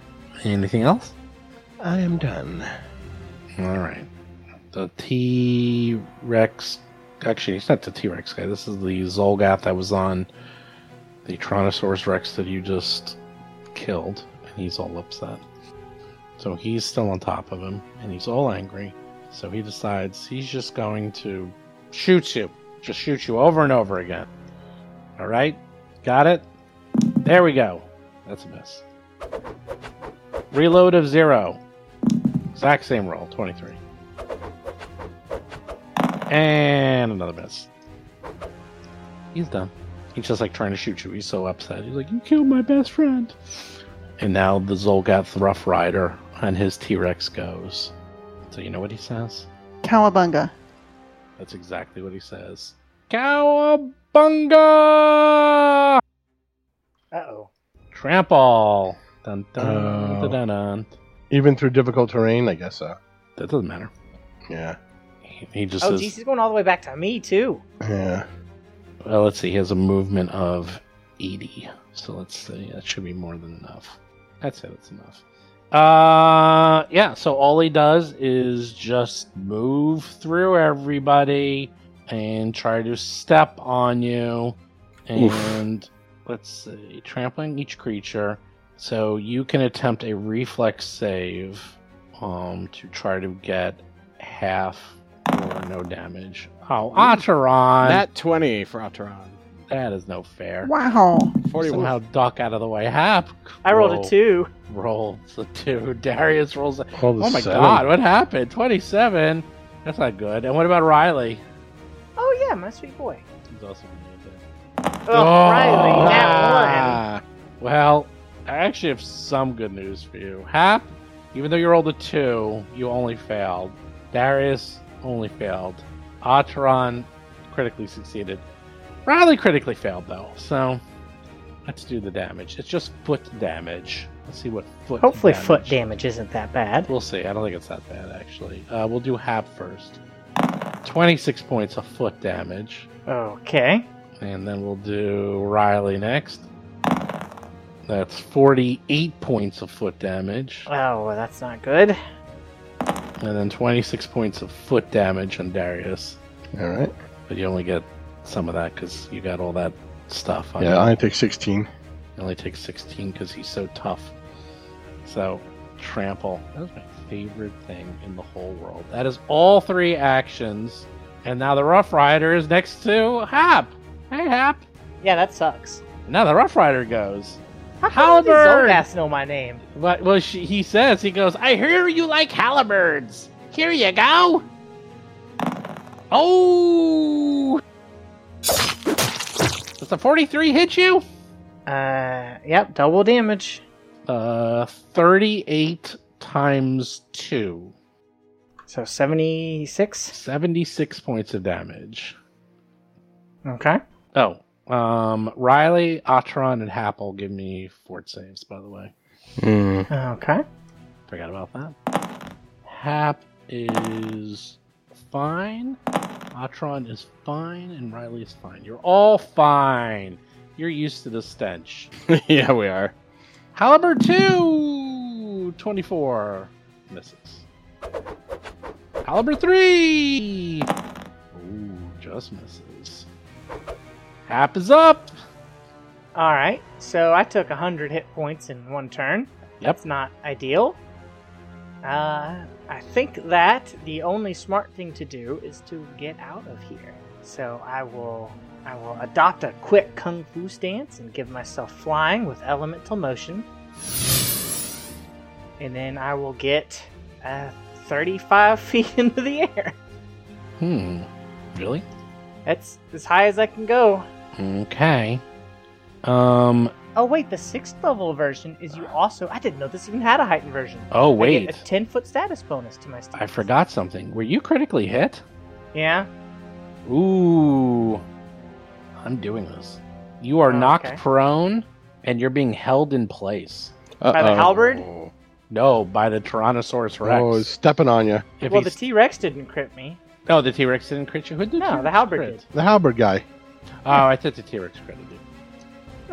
Speaker 2: Anything else?
Speaker 4: I am done.
Speaker 2: All right. The T Rex. Actually, it's not the T Rex guy. This is the Zolgath that was on the Tyrannosaurus Rex that you just killed, and he's all upset. So he's still on top of him, and he's all angry. So he decides he's just going to shoot you. Just shoot you over and over again. All right? Got it? There we go. That's a miss. Reload of zero. Exact same roll, 23. And another miss. He's done. He's just like trying to shoot you. He's so upset. He's like, You killed my best friend. And now the Zolgath Rough Rider and his T Rex goes. So you know what he says?
Speaker 6: Cowabunga.
Speaker 2: That's exactly what he says. Cowabunga!
Speaker 3: Uh oh.
Speaker 2: Trample! Dun dun
Speaker 4: Oh.
Speaker 2: dun dun dun.
Speaker 4: Even through difficult terrain, I guess so.
Speaker 2: That doesn't matter.
Speaker 4: Yeah.
Speaker 2: He, he just
Speaker 3: Oh,
Speaker 2: says,
Speaker 3: geez, he's going all the way back to me, too.
Speaker 4: Yeah.
Speaker 2: Well, Uh, let's see. He has a movement of 80. So let's see. That should be more than enough. I'd say that's enough. Uh, yeah. So all he does is just move through everybody and try to step on you.
Speaker 5: Oof.
Speaker 2: And let's see. Trampling each creature. So you can attempt a reflex save um, to try to get half or no damage. Oh, Acheron!
Speaker 5: That 20 for Ataran.
Speaker 2: That is no fair.
Speaker 6: Wow.
Speaker 5: 41.
Speaker 2: Somehow duck out of the way. Hap.
Speaker 3: I rolled a two.
Speaker 2: *laughs* Rolls a two. Darius rolls. A,
Speaker 4: Rolled a
Speaker 2: oh my
Speaker 4: seven.
Speaker 2: god! What happened? Twenty-seven. That's not good. And what about Riley?
Speaker 3: Oh, yeah, my sweet boy.
Speaker 2: He's also gonna be a dick.
Speaker 3: Oh, *laughs* Riley, that one.
Speaker 2: Ah. Well, I actually have some good news for you. Hap, even though you rolled a two, you only failed. Darius only failed. Atron critically succeeded. Riley critically failed though, so let's do the damage. It's just foot damage. Let's see what foot.
Speaker 3: Hopefully, foot damage isn't that bad.
Speaker 2: We'll see. I don't think it's that bad actually. Uh, we'll do Hap first. Twenty-six points of foot damage.
Speaker 3: Okay.
Speaker 2: And then we'll do Riley next. That's 48 points of foot damage.
Speaker 3: Oh, well, that's not good.
Speaker 2: And then 26 points of foot damage on Darius.
Speaker 4: All right.
Speaker 2: But you only get some of that because you got all that stuff on
Speaker 4: Yeah,
Speaker 2: you.
Speaker 4: I take sixteen.
Speaker 2: He only takes 16 because he's so tough. So, trample. That was my favorite thing in the whole world. That is all three actions. And now the Rough Rider is next to Hap. Hey, Hap.
Speaker 3: Yeah, that sucks.
Speaker 2: Now the Rough Rider goes.
Speaker 3: How come all
Speaker 2: Halberd!
Speaker 3: these Zolgaths know my name?
Speaker 2: But, well, she, he says, he goes, I hear you like halibirds. Here you go. Oh! Does the 43 hit you?
Speaker 3: Uh, yep, double damage.
Speaker 2: Uh, 38 times 2.
Speaker 3: So 76.
Speaker 2: 76 points of damage.
Speaker 3: Okay.
Speaker 2: Oh, um, Riley, Atron, and Happel give me fort saves, by the way.
Speaker 3: Hmm. *laughs* Okay.
Speaker 2: Forgot about that. Hap is fine. Atron is fine, and Riley is fine. You're all fine. You're used to the stench.
Speaker 5: yeah, we are.
Speaker 2: Halibur 2! 24 misses. Halibur 3! Ooh, just misses. Hap is up.
Speaker 3: All right. So I took 100 hit points in one turn. That's not ideal. Uh, I think that the only smart thing to do is to get out of here. So I will I will adopt a quick kung fu stance and give myself flying with elemental motion. And then I will get uh, 35 *laughs* feet into the air.
Speaker 2: Hmm. Really?
Speaker 3: That's as high as I can go.
Speaker 2: Okay. Um.
Speaker 3: Oh wait, the sixth level version is you also. I didn't know this even had a heightened version.
Speaker 2: Oh
Speaker 3: I
Speaker 2: wait,
Speaker 3: get a ten foot status bonus to my. Status.
Speaker 2: I forgot something. Were you critically hit?
Speaker 3: Yeah.
Speaker 2: Ooh. I'm doing this. You are
Speaker 3: Oh,
Speaker 2: knocked
Speaker 3: okay.
Speaker 2: prone, and you're being held in place.
Speaker 3: By
Speaker 2: Oh.
Speaker 3: the
Speaker 5: Uh-oh.
Speaker 3: halberd.
Speaker 2: No, by the Tyrannosaurus Rex.
Speaker 4: Oh, stepping on you.
Speaker 2: If
Speaker 3: well,
Speaker 2: he
Speaker 3: the T Rex didn't crit me.
Speaker 2: No, the T Rex didn't crit you. Who did
Speaker 3: No,
Speaker 2: T-Rex
Speaker 3: the halberd
Speaker 2: crit?
Speaker 3: did.
Speaker 4: The halberd guy.
Speaker 2: Oh, I thought the T Rex critted you.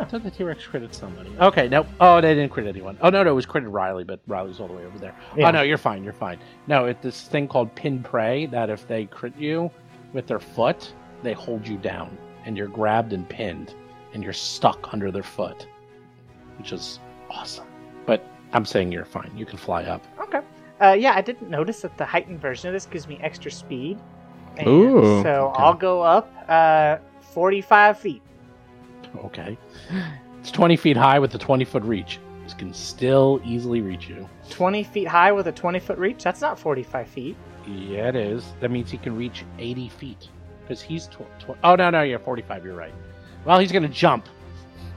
Speaker 2: I thought the T Rex critted somebody. Okay, no. Oh, they didn't crit anyone. Oh no, no, it was critted Riley, but Riley's all the way over there.
Speaker 3: Yeah.
Speaker 2: Oh no, you're fine. You're fine. No, it's this thing called pin prey that if they crit you with their foot, they hold you down and you're grabbed and pinned and you're stuck under their foot, which is awesome. But I'm saying you're fine. You can fly up.
Speaker 3: Okay. Uh, yeah, I didn't notice that the heightened version of this gives me extra speed. And
Speaker 5: Ooh,
Speaker 3: So
Speaker 5: okay.
Speaker 3: I'll go up uh, 45 feet.
Speaker 2: *laughs* Okay. It's 20 feet high with a 20 foot reach. This can still easily reach you.
Speaker 3: 20 feet high with a 20 foot reach? That's not 45 feet.
Speaker 2: Yeah, it is. That means he can reach 80 feet. Because he's 12, Oh, no, no, you're 45. You're right. Well, he's going to jump.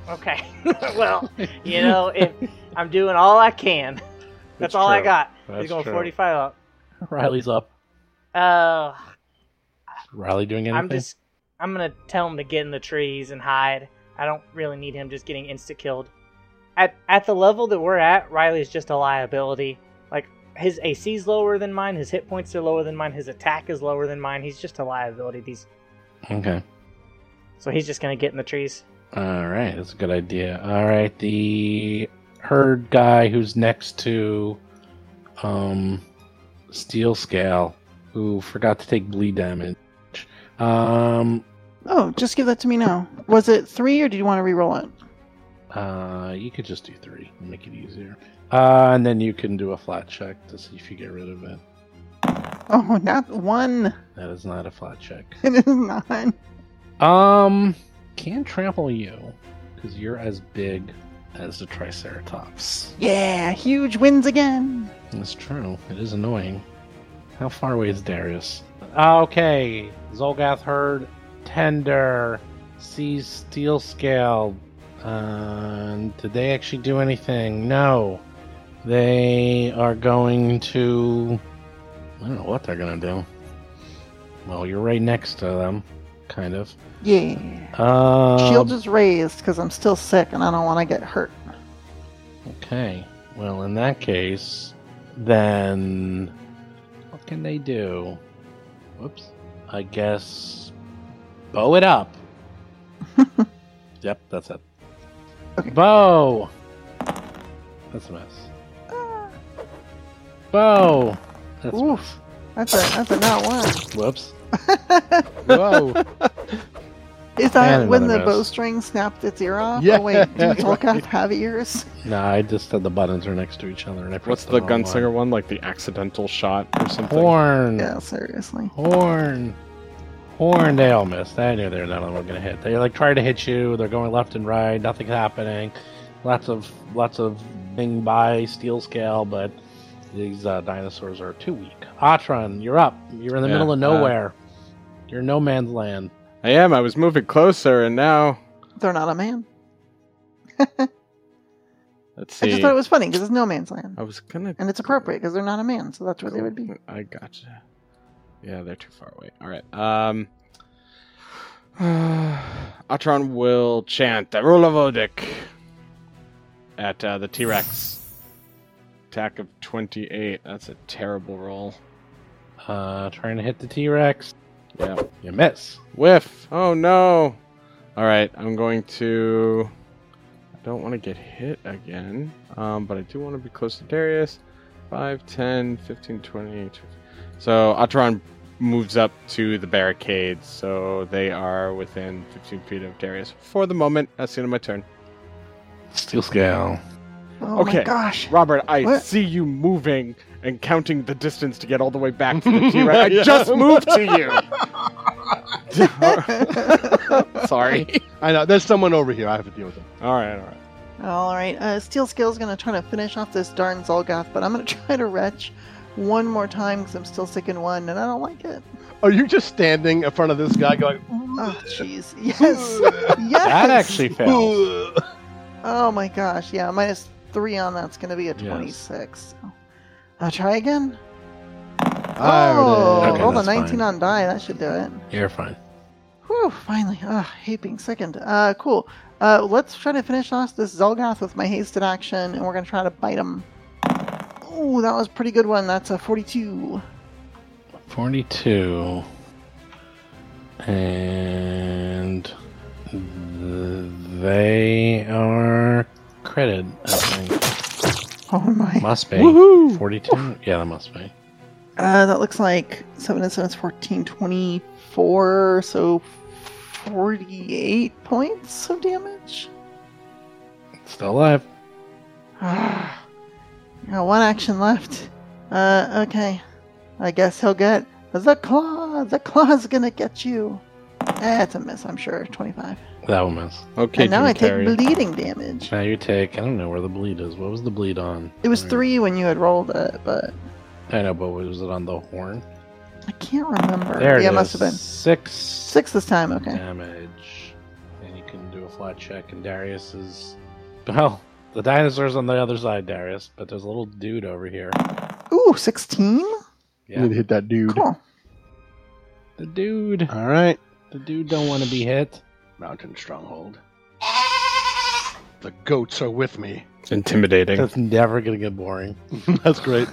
Speaker 3: Okay. *laughs* well,
Speaker 2: *laughs*
Speaker 3: you know, if I'm doing all I can. That's,
Speaker 2: That's
Speaker 3: all I
Speaker 2: true.
Speaker 3: got.
Speaker 2: That's
Speaker 3: He's going
Speaker 2: true.
Speaker 3: 45 up.
Speaker 2: Riley's up.
Speaker 3: Uh,
Speaker 2: Is Riley doing anything?
Speaker 3: I'm just, I'm gonna tell him to get in the trees and hide. I don't really need him just getting insta killed. At at the level that we're at, Riley's just a liability. Like his AC's lower than mine, his hit points are lower than mine, his attack is lower than mine. He's just a liability. These,
Speaker 2: Okay.
Speaker 3: so he's just gonna get in the trees.
Speaker 2: All right. That's a good idea. All right. The herd guy who's next to um, Steel Scale, who forgot to take bleed damage. Um,
Speaker 6: Oh, just give that to me now. Was it three, or do you want to reroll it?
Speaker 2: Uh, you could just do three, make it easier. Uh, and then you can do a flat check to see if you get rid of it.
Speaker 6: Oh, *laughs* not one.
Speaker 2: That is not a flat check.
Speaker 6: It is not.
Speaker 2: Um, can trample you because you're as big as the Triceratops.
Speaker 6: Yeah, huge wins again.
Speaker 2: That's true. It is annoying. How far away is Darius? Ah, Okay, Zolgath heard tender sees steel scale. Um, did they actually do anything? No. They are going to. I don't know what they're gonna do. Well, you're right next to them, kind of.
Speaker 6: Yeah.
Speaker 2: Um,
Speaker 6: Shield is raised because I'm still sick and I don't want to get hurt.
Speaker 2: Okay. Well, in that case, then what can they do? Whoops. I guess bow it
Speaker 6: *laughs*
Speaker 2: up. yep, that's it.
Speaker 6: Okay.
Speaker 2: Bow. That's a mess.
Speaker 6: Ah.
Speaker 2: Bow. That's a
Speaker 6: Oof. That's a that's a not one. *laughs*
Speaker 2: mess. Whoops.
Speaker 5: Whoa.
Speaker 6: Is that
Speaker 2: And
Speaker 6: when
Speaker 2: another
Speaker 6: the
Speaker 2: miss.
Speaker 6: bowstring snapped its ear off?
Speaker 4: Yeah,
Speaker 6: Oh wait, do
Speaker 4: right.
Speaker 6: Tolkaf have ears?
Speaker 2: No, I just said the buttons are next to each other, and I
Speaker 5: What's
Speaker 2: pressed
Speaker 5: the
Speaker 2: wrong
Speaker 5: gunslinger one? Like the accidental shot or
Speaker 2: one.
Speaker 5: something?
Speaker 2: Horn.
Speaker 6: Yeah, seriously.
Speaker 2: Horn. Horn, they all missed. I knew they were not going to hit. They like try to hit you. They're going left and right. Nothing's happening. Lots of lots of bing by steel scale, but these uh, dinosaurs are too weak. Atron, you're up. You're in the
Speaker 5: Yeah,
Speaker 2: middle of
Speaker 5: uh,
Speaker 2: nowhere. you're in no man's land.
Speaker 5: I am. I was moving closer, and now
Speaker 6: They're not a man.
Speaker 5: let's see.
Speaker 6: I just thought it was funny because it's no man's land,
Speaker 5: I was gonna.
Speaker 6: and it's appropriate because they're not a man, so that's where they would be.
Speaker 5: I gotcha. Yeah, they're too far away. All right. Um. *sighs* Atron will chant the rule of Odic at uh, the T Rex. Attack of 28. That's a terrible roll.
Speaker 2: Uh, trying to hit the T Rex.
Speaker 5: Yeah.
Speaker 2: You miss.
Speaker 5: Whiff. Oh no. All right, I'm going to. I don't want to get hit again, um, but I do want to be close to Darius. 5, 10, 15, 20. 20. So Atron moves up to the barricade, so they are within 15 feet of Darius. For the moment, that's the end of my turn.
Speaker 2: Steel scale.
Speaker 6: Oh
Speaker 5: Okay.
Speaker 6: my gosh.
Speaker 5: Robert, I
Speaker 6: What?
Speaker 5: see you moving and counting the distance to get all the way back to the T-Rex. I just moved
Speaker 4: *laughs*
Speaker 5: to you. *laughs* Sorry.
Speaker 4: I know. There's someone over here. I have to deal with him.
Speaker 5: All right, all right.
Speaker 6: All right. Uh, Steel Scale's going to try to finish off this darn Zolgoth, but I'm going to *laughs* try to retch one more time because I'm still sick in one and I don't like it.
Speaker 4: Are you just standing in front of this guy going?
Speaker 6: Oh, jeez.
Speaker 4: *laughs*
Speaker 6: Yes. yes.
Speaker 2: That actually
Speaker 5: *laughs*
Speaker 2: fails.
Speaker 6: Oh my gosh. Yeah. Minus three on that's going to be a
Speaker 2: Yes.
Speaker 6: 26. So, I'll try again.
Speaker 4: Oh,
Speaker 6: Oh,
Speaker 2: uh, Okay,
Speaker 6: roll the
Speaker 2: that's
Speaker 6: 19
Speaker 2: fine.
Speaker 6: on die. That should do it.
Speaker 2: You're fine.
Speaker 6: Whew, finally. Ah, hate being sickened. Uh, cool. Uh, let's try to finish off this Zelgoth with my hasted action, and we're going to try to bite him. Ooh, that was a pretty good one. That's a 42.
Speaker 2: 42. And th- they are credit, I think.
Speaker 6: Oh my.
Speaker 2: Must be. 42? Yeah, that must be.
Speaker 6: Uh, that looks like 7 and 7 is 14, 24, so 48 points of damage.
Speaker 2: Still alive.
Speaker 6: Ah, got one action left. Uh, okay. I guess he'll get the claw. The claw's gonna get you. That's a miss, I'm sure. 25.
Speaker 2: That one miss.
Speaker 5: Okay,
Speaker 6: and now
Speaker 5: Jim
Speaker 6: I take
Speaker 5: Carrey.
Speaker 6: bleeding damage.
Speaker 2: Now you take, I don't know where the bleed is. What was the bleed on?
Speaker 6: It was
Speaker 2: Or-
Speaker 6: three when you had rolled it, but
Speaker 2: I know, but was it on the horn?
Speaker 6: I can't remember.
Speaker 2: There it
Speaker 6: yeah,
Speaker 2: is.
Speaker 6: must have been
Speaker 2: Six.
Speaker 6: six this time. Okay.
Speaker 2: damage. And you can do a flat check, and Darius is. *laughs* Well, the dinosaur's on the other side, Darius, but there's a little dude over here.
Speaker 6: Ooh, 16.
Speaker 4: You need to hit that dude.
Speaker 6: Cool.
Speaker 2: The dude.
Speaker 4: All right.
Speaker 2: The dude don't want to be hit.
Speaker 4: Mountain stronghold. The goats are with me. *laughs*
Speaker 5: It's intimidating.
Speaker 2: That's never gonna get boring.
Speaker 4: That's great.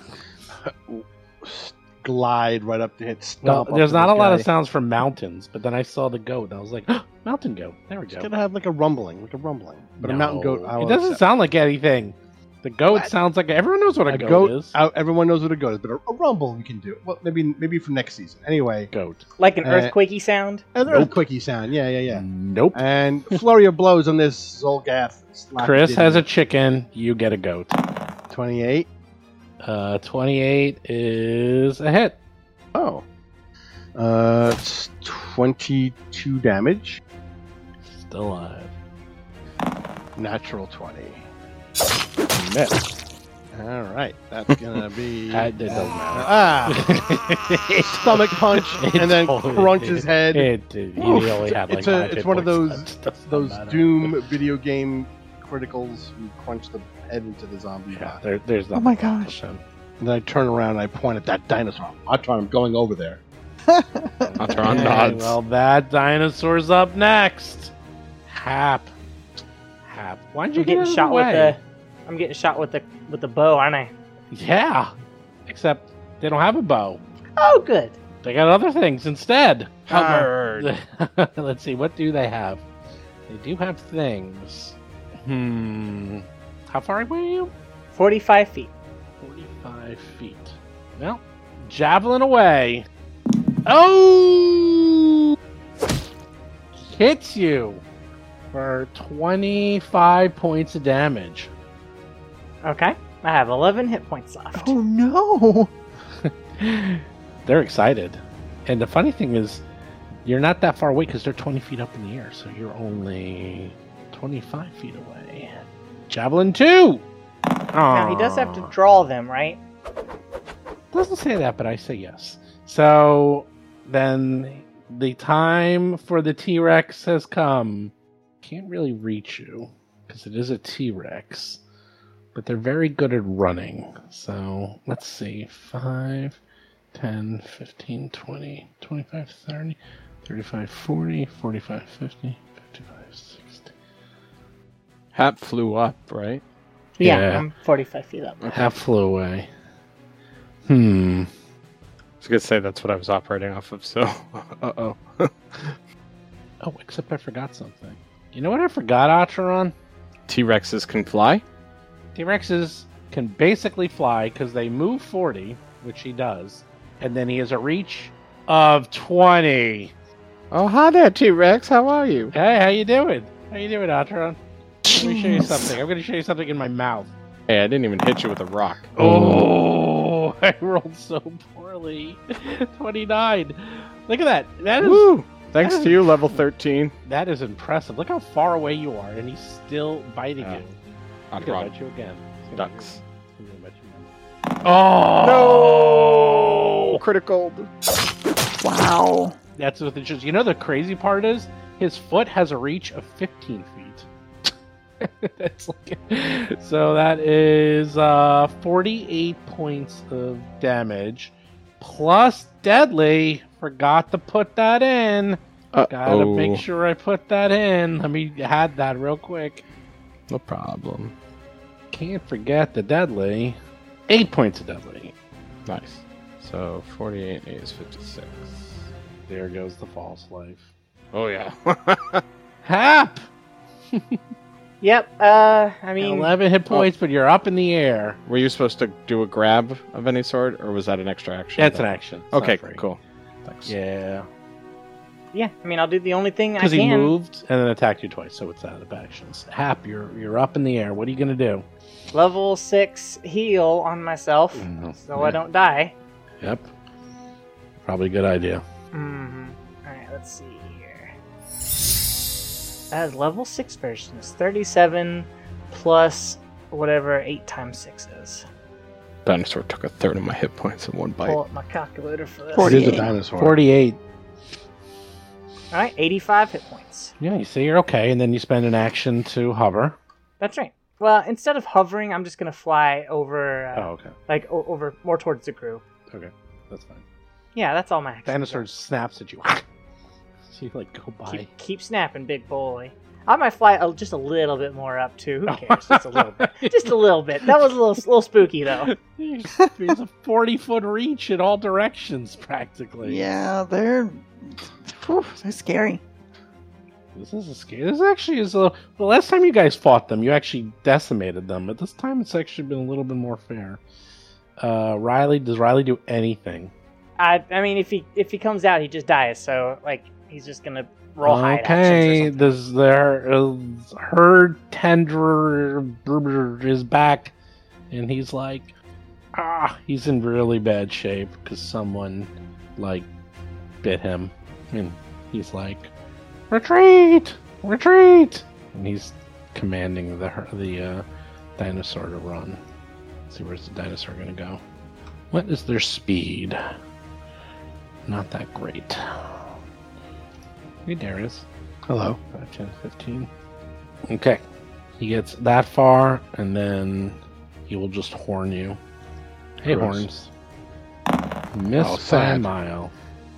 Speaker 4: Glide right up to hit.
Speaker 2: Well,
Speaker 4: Stomp
Speaker 2: there's
Speaker 4: up to
Speaker 2: not a
Speaker 4: this
Speaker 2: lot of
Speaker 4: guy.
Speaker 2: sounds from mountains, but then I saw the goat and I was like, mountain goat. There we
Speaker 4: It's
Speaker 2: go.
Speaker 4: gonna have like a rumbling, like a rumbling, but a mountain
Speaker 2: No.
Speaker 4: goat. I'll
Speaker 2: It doesn't
Speaker 4: accept.
Speaker 2: sound like anything. The goat sounds like everyone knows what a,
Speaker 4: a
Speaker 2: goat,
Speaker 4: goat.
Speaker 2: is.
Speaker 4: out- everyone knows what a goat is, but a, a rumble you can do. Well, maybe maybe for next season. Anyway,
Speaker 2: Goat.
Speaker 3: Like an
Speaker 4: Uh,
Speaker 3: earthquakey sound.
Speaker 4: and
Speaker 2: Nope.
Speaker 4: nope. quickie sound. Yeah, yeah, yeah.
Speaker 2: Nope.
Speaker 4: And flurry of blows on this Zolgath. slap
Speaker 2: Chris
Speaker 4: diddy.
Speaker 2: has a chicken. You get a goat.
Speaker 4: twenty-eight.
Speaker 2: Uh, 28 is a hit.
Speaker 4: Oh, uh, it's twenty-two damage.
Speaker 2: Still alive.
Speaker 4: Natural twenty.
Speaker 2: Miss.
Speaker 4: All right, that's
Speaker 5: *laughs*
Speaker 4: gonna be
Speaker 2: Uh, it doesn't matter.
Speaker 4: ah *laughs*
Speaker 2: *laughs*
Speaker 4: stomach
Speaker 5: *laughs*
Speaker 4: punch, and then
Speaker 2: Totally.
Speaker 4: crunch his head.
Speaker 2: It, it, he
Speaker 4: Oof.
Speaker 2: only had like
Speaker 4: It's a-
Speaker 2: five
Speaker 4: it's
Speaker 2: hit
Speaker 4: one of
Speaker 2: points.
Speaker 4: those-
Speaker 2: *laughs* That doesn't
Speaker 4: *laughs* those
Speaker 2: matter.
Speaker 4: Doom video game criticals who crunch the head into the zombie
Speaker 2: Yeah,
Speaker 4: body.
Speaker 2: there, there's
Speaker 6: Oh
Speaker 2: nothing.
Speaker 6: my
Speaker 2: left of
Speaker 6: gosh.
Speaker 2: him.
Speaker 4: And then I turn around and I point at that dinosaur. Atron, I'm going over there.
Speaker 5: Atron
Speaker 2: Okay,
Speaker 5: nods.
Speaker 2: Well, that dinosaur's up next. Hap. Hap. Why'd you get
Speaker 3: I'm getting
Speaker 2: out of
Speaker 3: shot
Speaker 2: the
Speaker 3: with
Speaker 2: way?
Speaker 3: the. I'm getting shot with the with the bow, aren't I?
Speaker 2: Yeah. Except they don't have a bow.
Speaker 3: Oh, good.
Speaker 2: They got other things instead.
Speaker 5: Hubbard.
Speaker 2: Uh, *laughs* let's see. What do they have? They do have things. Hmm. How far away are you?
Speaker 3: Forty-five feet.
Speaker 2: 45 feet. Well, javelin away. Oh! Hits you for 25 points of damage.
Speaker 3: Okay. I have eleven hit points left.
Speaker 6: Oh no.
Speaker 2: They're excited. And the funny thing is, you're not that far away because they're 20 feet up in the air, so you're only 25 feet away. Javelin 2!
Speaker 3: Now he does have to draw them, right?
Speaker 2: Doesn't say that, but I say yes. So then the time for the T Rex has come. Can't really reach you because it is a T Rex, but they're very good at running. So let's see 5, 10, 15, 20, 25, 30, 35, 40, 45, 50, 55, 60.
Speaker 5: Hap flew up, right?
Speaker 3: Yeah.
Speaker 2: Yeah.
Speaker 3: I'm forty-five feet up.
Speaker 2: Half flew away. Hmm.
Speaker 5: I was gonna say that's what I was operating off of. So, *laughs* uh oh.
Speaker 2: Oh, except I forgot something. You know what I forgot, Acheron?
Speaker 5: T Rexes can fly.
Speaker 2: T Rexes can basically fly because they move 40, which he does, and then he has a reach of 20.
Speaker 5: Oh, hi there, T Rex. How are you?
Speaker 2: Hey, how you doing? How you doing, Atron? Let me show you something. I'm going to show you something in my mouth.
Speaker 5: Hey, I didn't even hit you with a rock.
Speaker 2: Oh, *laughs* I rolled so poorly. *laughs* 29. Look at that. That is
Speaker 5: Woo! Thanks to you, level 13.
Speaker 2: that is impressive. Look how far away you are, and he's still biting
Speaker 5: Yeah.
Speaker 2: you. He's
Speaker 5: Odd
Speaker 2: gonna
Speaker 5: Rod
Speaker 2: bite you again. He's gonna
Speaker 5: Ducks.
Speaker 2: bite you. He's gonna bite you again. Oh no!
Speaker 5: Critical.
Speaker 6: Wow.
Speaker 2: That's what it shows. You know the crazy part is his foot has a reach of 15 feet. *laughs* That's like, so that is uh, 48 points of damage plus deadly. Forgot to put that in. Gotta
Speaker 5: Uh-oh.
Speaker 2: make sure I put that in. Let me add that real quick.
Speaker 5: No problem.
Speaker 2: Can't forget the deadly. Eight points of deadly.
Speaker 5: Nice. So 48 is 56.
Speaker 2: There goes the false life.
Speaker 5: Oh, yeah. *laughs*
Speaker 2: Hap!
Speaker 3: Yep. Uh, I mean,
Speaker 2: 11 hit points, but you're up in the air.
Speaker 5: Were you supposed to do a grab of any sort, or was that an extra action?
Speaker 2: That's an action. It's
Speaker 5: Okay,
Speaker 2: not free.
Speaker 5: cool. Thanks.
Speaker 2: Yeah.
Speaker 3: yeah. I mean, I'll do the only thing I
Speaker 2: Because he
Speaker 3: can.
Speaker 2: moved and then attacked you twice, so it's out of actions. Hap, you're you're up in the air. What are you gonna do?
Speaker 3: Level six heal on myself,
Speaker 2: Mhm.
Speaker 3: so I don't die.
Speaker 2: Yep. Probably a good idea.
Speaker 3: Mm-hmm. All right. Let's see here. That is level six version. It's thirty-seven plus whatever eight times six is.
Speaker 5: Dinosaur took a third of my hit points in one bite.
Speaker 3: Pull up my calculator for this.
Speaker 4: It is a
Speaker 6: 48.
Speaker 4: dinosaur.
Speaker 2: Forty-eight.
Speaker 3: All right, eighty-five hit points.
Speaker 2: Yeah, you see, you're okay, and then you spend an action to hover.
Speaker 3: That's right. Well, instead of hovering, I'm just gonna fly over, uh,
Speaker 2: okay,
Speaker 3: like o- over more towards the crew.
Speaker 2: that's fine.
Speaker 3: Yeah, that's all my actions.
Speaker 2: Dinosaur snaps at you. *laughs* so you like go
Speaker 3: *laughs*
Speaker 2: by.
Speaker 3: Keep, keep snapping, big boy. I might fly a, just a little bit more up too.
Speaker 2: Oh.
Speaker 3: Who cares? just
Speaker 2: *laughs*
Speaker 3: a little bit. Just a little bit. That was a little, little spooky though.
Speaker 2: There's a forty-foot reach in all directions, practically.
Speaker 6: Yeah, they're whew, they're scary.
Speaker 2: This is a scary. This actually is a. little- The last time you guys fought them, you actually decimated them, but this time it's actually been a little bit more fair. Uh, Riley, does Riley do anything?
Speaker 3: I, I mean, if he if he comes out, he just dies. So like, he's just gonna roll high
Speaker 2: okay,
Speaker 3: actions or something.
Speaker 2: does their uh, her tender is back, and he's like, ah, he's in really bad shape because someone like bit him, and he's like, retreat, retreat, and he's commanding the her- the uh, dinosaur to run. Let's see where's the dinosaur gonna go? What is their speed? Not that great. Hey, there it is.
Speaker 4: Hello.
Speaker 2: 5, 10, 15. Okay. He gets that far, and then he will just horn you. Hey,
Speaker 4: Gross.
Speaker 2: horns. Miss
Speaker 4: Oh,
Speaker 2: by a
Speaker 4: sad.
Speaker 2: mile.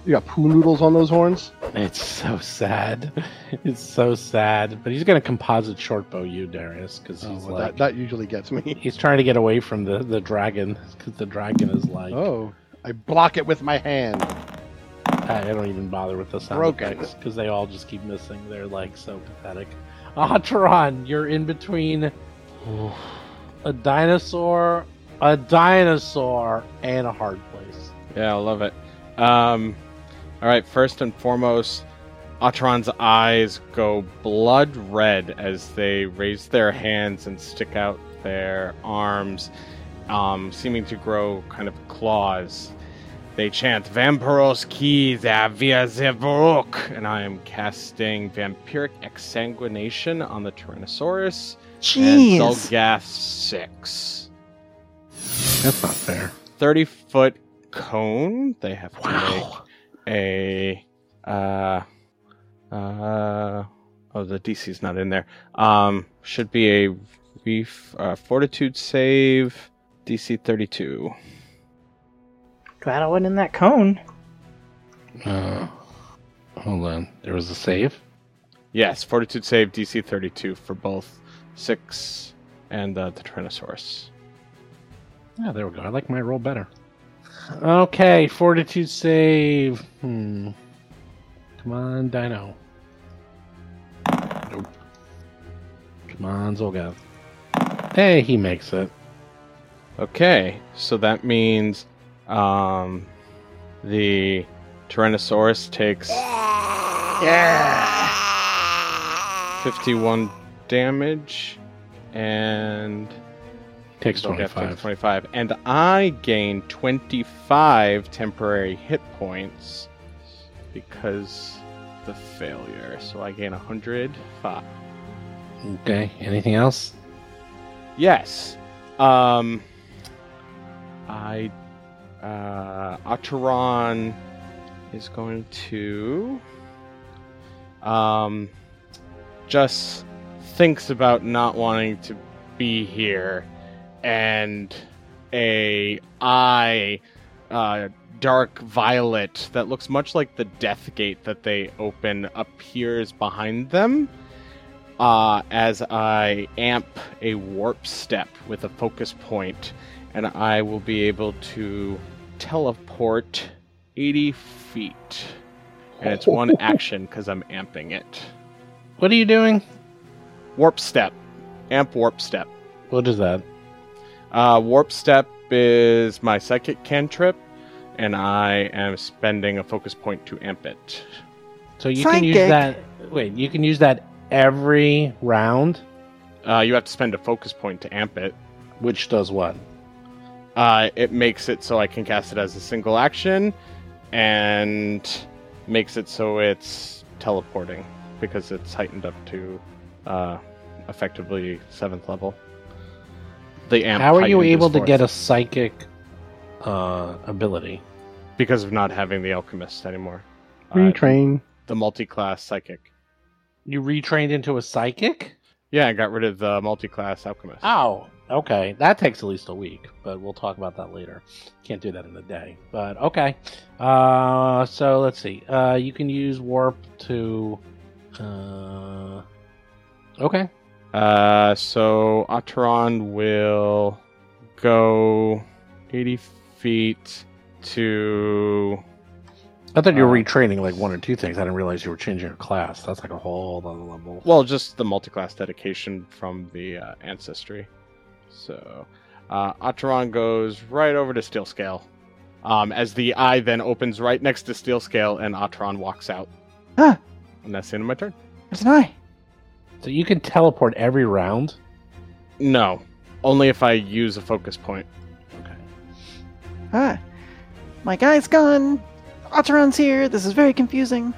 Speaker 4: You got poo noodles on those horns?
Speaker 2: It's so sad. *laughs* It's so sad. But he's going to composite shortbow you, Darius, because
Speaker 4: Oh,
Speaker 2: he's
Speaker 4: well,
Speaker 2: like.
Speaker 4: that, that usually gets me.
Speaker 2: He's trying to get away from the, the dragon, because the dragon is *laughs* like.
Speaker 4: Oh. I block it with my hand.
Speaker 2: I I don't even bother with the sound
Speaker 4: Broken.
Speaker 2: effects because they all just keep missing. They're like so pathetic. Atron, you're in between a dinosaur, a dinosaur, and a hard place.
Speaker 5: Yeah, I love it. Um, all right, first and foremost, Atron's eyes go blood red as they raise their hands and stick out their arms, um, seeming to grow kind of claws. They chant Vampiros Keys Avia Zevorok, and I am casting Vampiric Exsanguination on the Tyrannosaurus and
Speaker 6: Jeez.
Speaker 5: Zolgath 6.
Speaker 2: That's not fair.
Speaker 5: 30 foot cone. They have to make a uh uh oh the DC's not in there. Um should be a reef uh, fortitude save DC 32.
Speaker 3: Glad I wasn't in that cone.
Speaker 2: Uh, hold on. There was a save?
Speaker 5: Yes, fortitude save DC 32 for both 6 and uh, the Tyrannosaurus.
Speaker 2: Yeah, there we go. I like my roll better. Okay, fortitude save. Hmm. Come on, Dino. Nope. Come on, Zolgath. Hey, he makes it.
Speaker 5: Okay, so that means um, the Tyrannosaurus takes
Speaker 6: Yeah.
Speaker 5: 51 damage and
Speaker 2: Takes
Speaker 5: Don't have to take
Speaker 2: 25.
Speaker 5: 25. And I gain 25 temporary hit points because the failure. So I gain 105.
Speaker 2: Okay. Anything else?
Speaker 5: Yes. Um I uh Ataran is going to um just thinks about not wanting to be here and a eye uh dark violet that looks much like the death gate that they open appears behind them uh, as I amp a warp step with a focus point, and I will be able to teleport 80 feet. And it's one action because I'm amping it.
Speaker 2: What are you doing?
Speaker 5: Warp step. Amp warp step.
Speaker 2: What is that?
Speaker 5: Uh, warp step is my psychic cantrip, and I am spending a focus point to amp it.
Speaker 2: So you can
Speaker 6: Psychic.
Speaker 2: use that. Wait, you can use that every round,
Speaker 5: Uh, you have to spend a focus point to amp it.
Speaker 2: which does what?
Speaker 5: Uh, it makes it so I can cast it as a single action, and makes it so it's teleporting because it's heightened up to uh, effectively seventh level. The amp.
Speaker 2: How are you
Speaker 5: heightened is
Speaker 2: able to
Speaker 5: fourth
Speaker 2: get a psychic uh, ability?
Speaker 5: Because of not having the alchemist anymore. Uh,
Speaker 4: Retrain.
Speaker 5: the multi-class psychic.
Speaker 2: You retrained into a psychic?
Speaker 5: Yeah, I got rid of the multi-class alchemist.
Speaker 2: Oh, okay. That takes at least a week, but we'll talk about that later. Can't do that in a day, but okay. Uh, so let's see. Uh, you can use warp to. Uh, okay.
Speaker 5: Uh, so Atron will go 80 feet to
Speaker 2: I thought you were
Speaker 5: Uh,
Speaker 2: retraining like one or two things. I didn't realize you were changing your class. That's like a whole other level.
Speaker 5: Well, just the multiclass dedication from the uh, ancestry. So, uh, Ataran goes right over to Steel Scale. Um, as the eye then opens right next to Steel Scale, and Atron walks out.
Speaker 6: Ah.
Speaker 5: And that's the end of my turn.
Speaker 6: There's an eye.
Speaker 2: So you can teleport every round.
Speaker 5: No, only if I use a focus point.
Speaker 6: Ah. My guy's gone. Otteron's here. This is very confusing.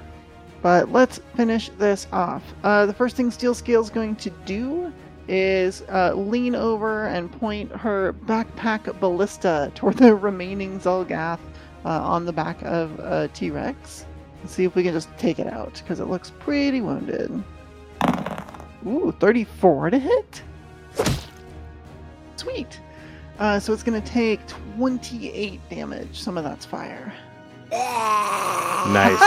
Speaker 6: But let's finish this off. Uh, the first thing Steel Scale's going to do is uh, lean over and point her backpack ballista toward the remaining Zolgath uh, on the back of uh, T Rex. See if we can just take it out, because it looks pretty wounded. Ooh, 34 to hit? Sweet! Uh, so it's going to take 28 damage. Some of that's fire.
Speaker 5: Nice.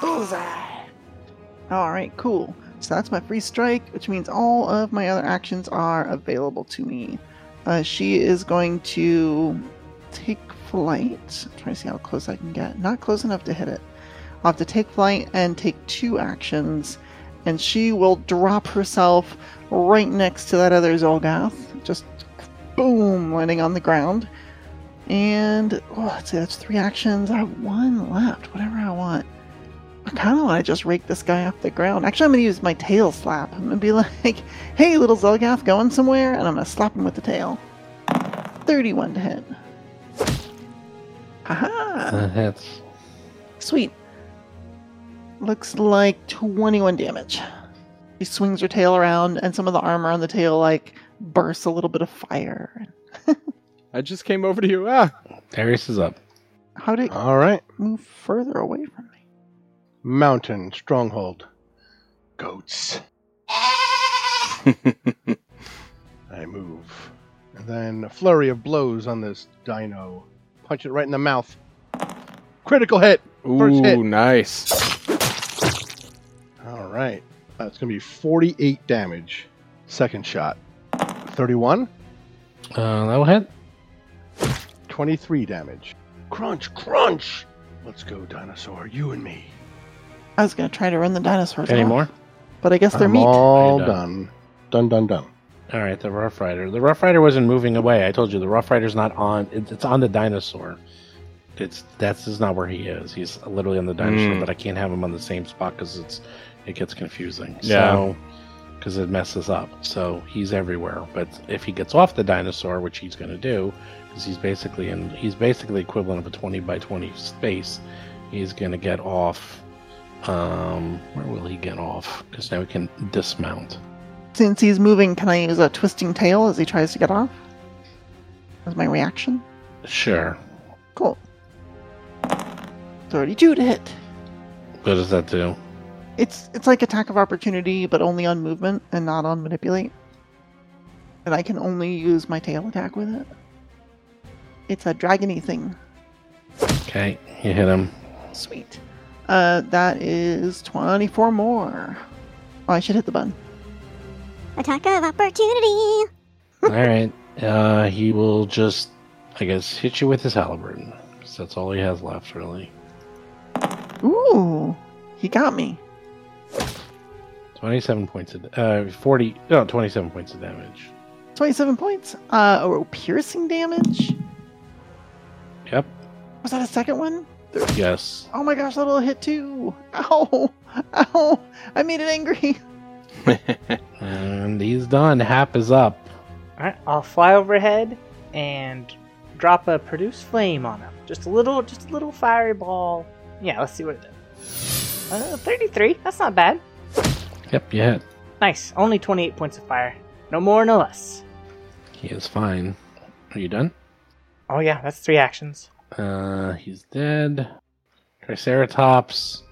Speaker 6: Bullseye! Alright, cool. So that's my free strike, which means all of my other actions are available to me. Uh, she is going to take flight. I'm trying to see how close I can get. Not close enough to hit it. I'll have to take flight and take two actions, and she will drop herself right next to that other Zolgath. Just boom, landing on the ground. And oh, let's see, that's three actions. I have one left, whatever I want. I kind of want to just rake this guy off the ground. Actually, I'm going to use my tail slap. I'm going to be *laughs* like, hey, little Zelgath, going somewhere? And I'm going to slap him with the tail. 31 to hit. Haha!
Speaker 2: Uh, that's
Speaker 6: Sweet. Looks like 21 damage. She swings her tail around, and some of the armor on the tail, like, bursts a little bit of fire.
Speaker 5: I just came over to you. *laughs* Ah.
Speaker 2: Darius is up.
Speaker 6: How did it
Speaker 4: All right.
Speaker 6: move further away from me?
Speaker 4: Mountain stronghold. Goats. I move. And then a flurry of blows on this dino. Punch it right in the mouth. Critical hit. First hit.
Speaker 5: Ooh, nice.
Speaker 4: All right. That's going to be 48 damage. Second shot. 31.
Speaker 2: Uh, that will hit.
Speaker 4: 23 damage. Crunch, crunch. Let's go, dinosaur. You and me.
Speaker 6: I was going to try to run the dinosaurs.
Speaker 2: Any
Speaker 6: off,
Speaker 2: more?
Speaker 6: But I guess they're
Speaker 4: I'm
Speaker 6: meat.
Speaker 4: all
Speaker 2: Are you
Speaker 4: done. Done, done, done.
Speaker 2: All right, the Rough Rider. The Rough Rider wasn't moving away. I told you the Rough Rider's not on. it- It's on the dinosaur. It's that's is not where he is. He's literally on the dinosaur,
Speaker 5: Mm.
Speaker 2: but I can't have him on the same spot because it's it gets confusing.
Speaker 5: Yeah.
Speaker 2: because it messes up. So he's everywhere. But if he gets off the dinosaur, which he's going to do, because he's basically in he's basically equivalent of a twenty by twenty space, he's going to get off. Um, where will he get off? Because now we can dismount.
Speaker 6: Since he's moving, can I use a twisting tail as he tries to get off? As my reaction?
Speaker 2: Sure.
Speaker 6: Cool. 32 to hit.
Speaker 2: What does that do?
Speaker 6: It's it's like attack of opportunity, but only on movement and not on manipulate. And I can only use my tail attack with it. It's a dragony thing.
Speaker 2: Okay, you hit him.
Speaker 6: Sweet. Uh, that is 24 more. Oh, I should hit the button.
Speaker 7: Attack of
Speaker 3: Oh,
Speaker 7: opportunity.
Speaker 2: all right. Uh, he will just, I guess, hit you with his halberd. 'cause that's all he has left, really.
Speaker 6: Ooh, he got me.
Speaker 2: 27 points of, da- uh, 40, no, 27 points of damage.
Speaker 6: 27 points. Uh, oh, piercing damage.
Speaker 2: Yep.
Speaker 6: Was that a second one?
Speaker 2: Yes.
Speaker 6: Oh my gosh, that'll hit too. *laughs* Ow, ow, I made it angry. *laughs*
Speaker 2: And he's done. Hap is up.
Speaker 3: All right, I'll fly overhead and drop a produce flame on him. Just a little, just a little fiery ball. Yeah, let's see what it does. Uh, 33. That's not bad.
Speaker 2: Yep, you hit.
Speaker 3: Nice. Only 28 points of fire. No more, no less.
Speaker 2: He is fine. Are you done?
Speaker 3: Oh yeah, that's three actions.
Speaker 2: Uh, he's dead. Triceratops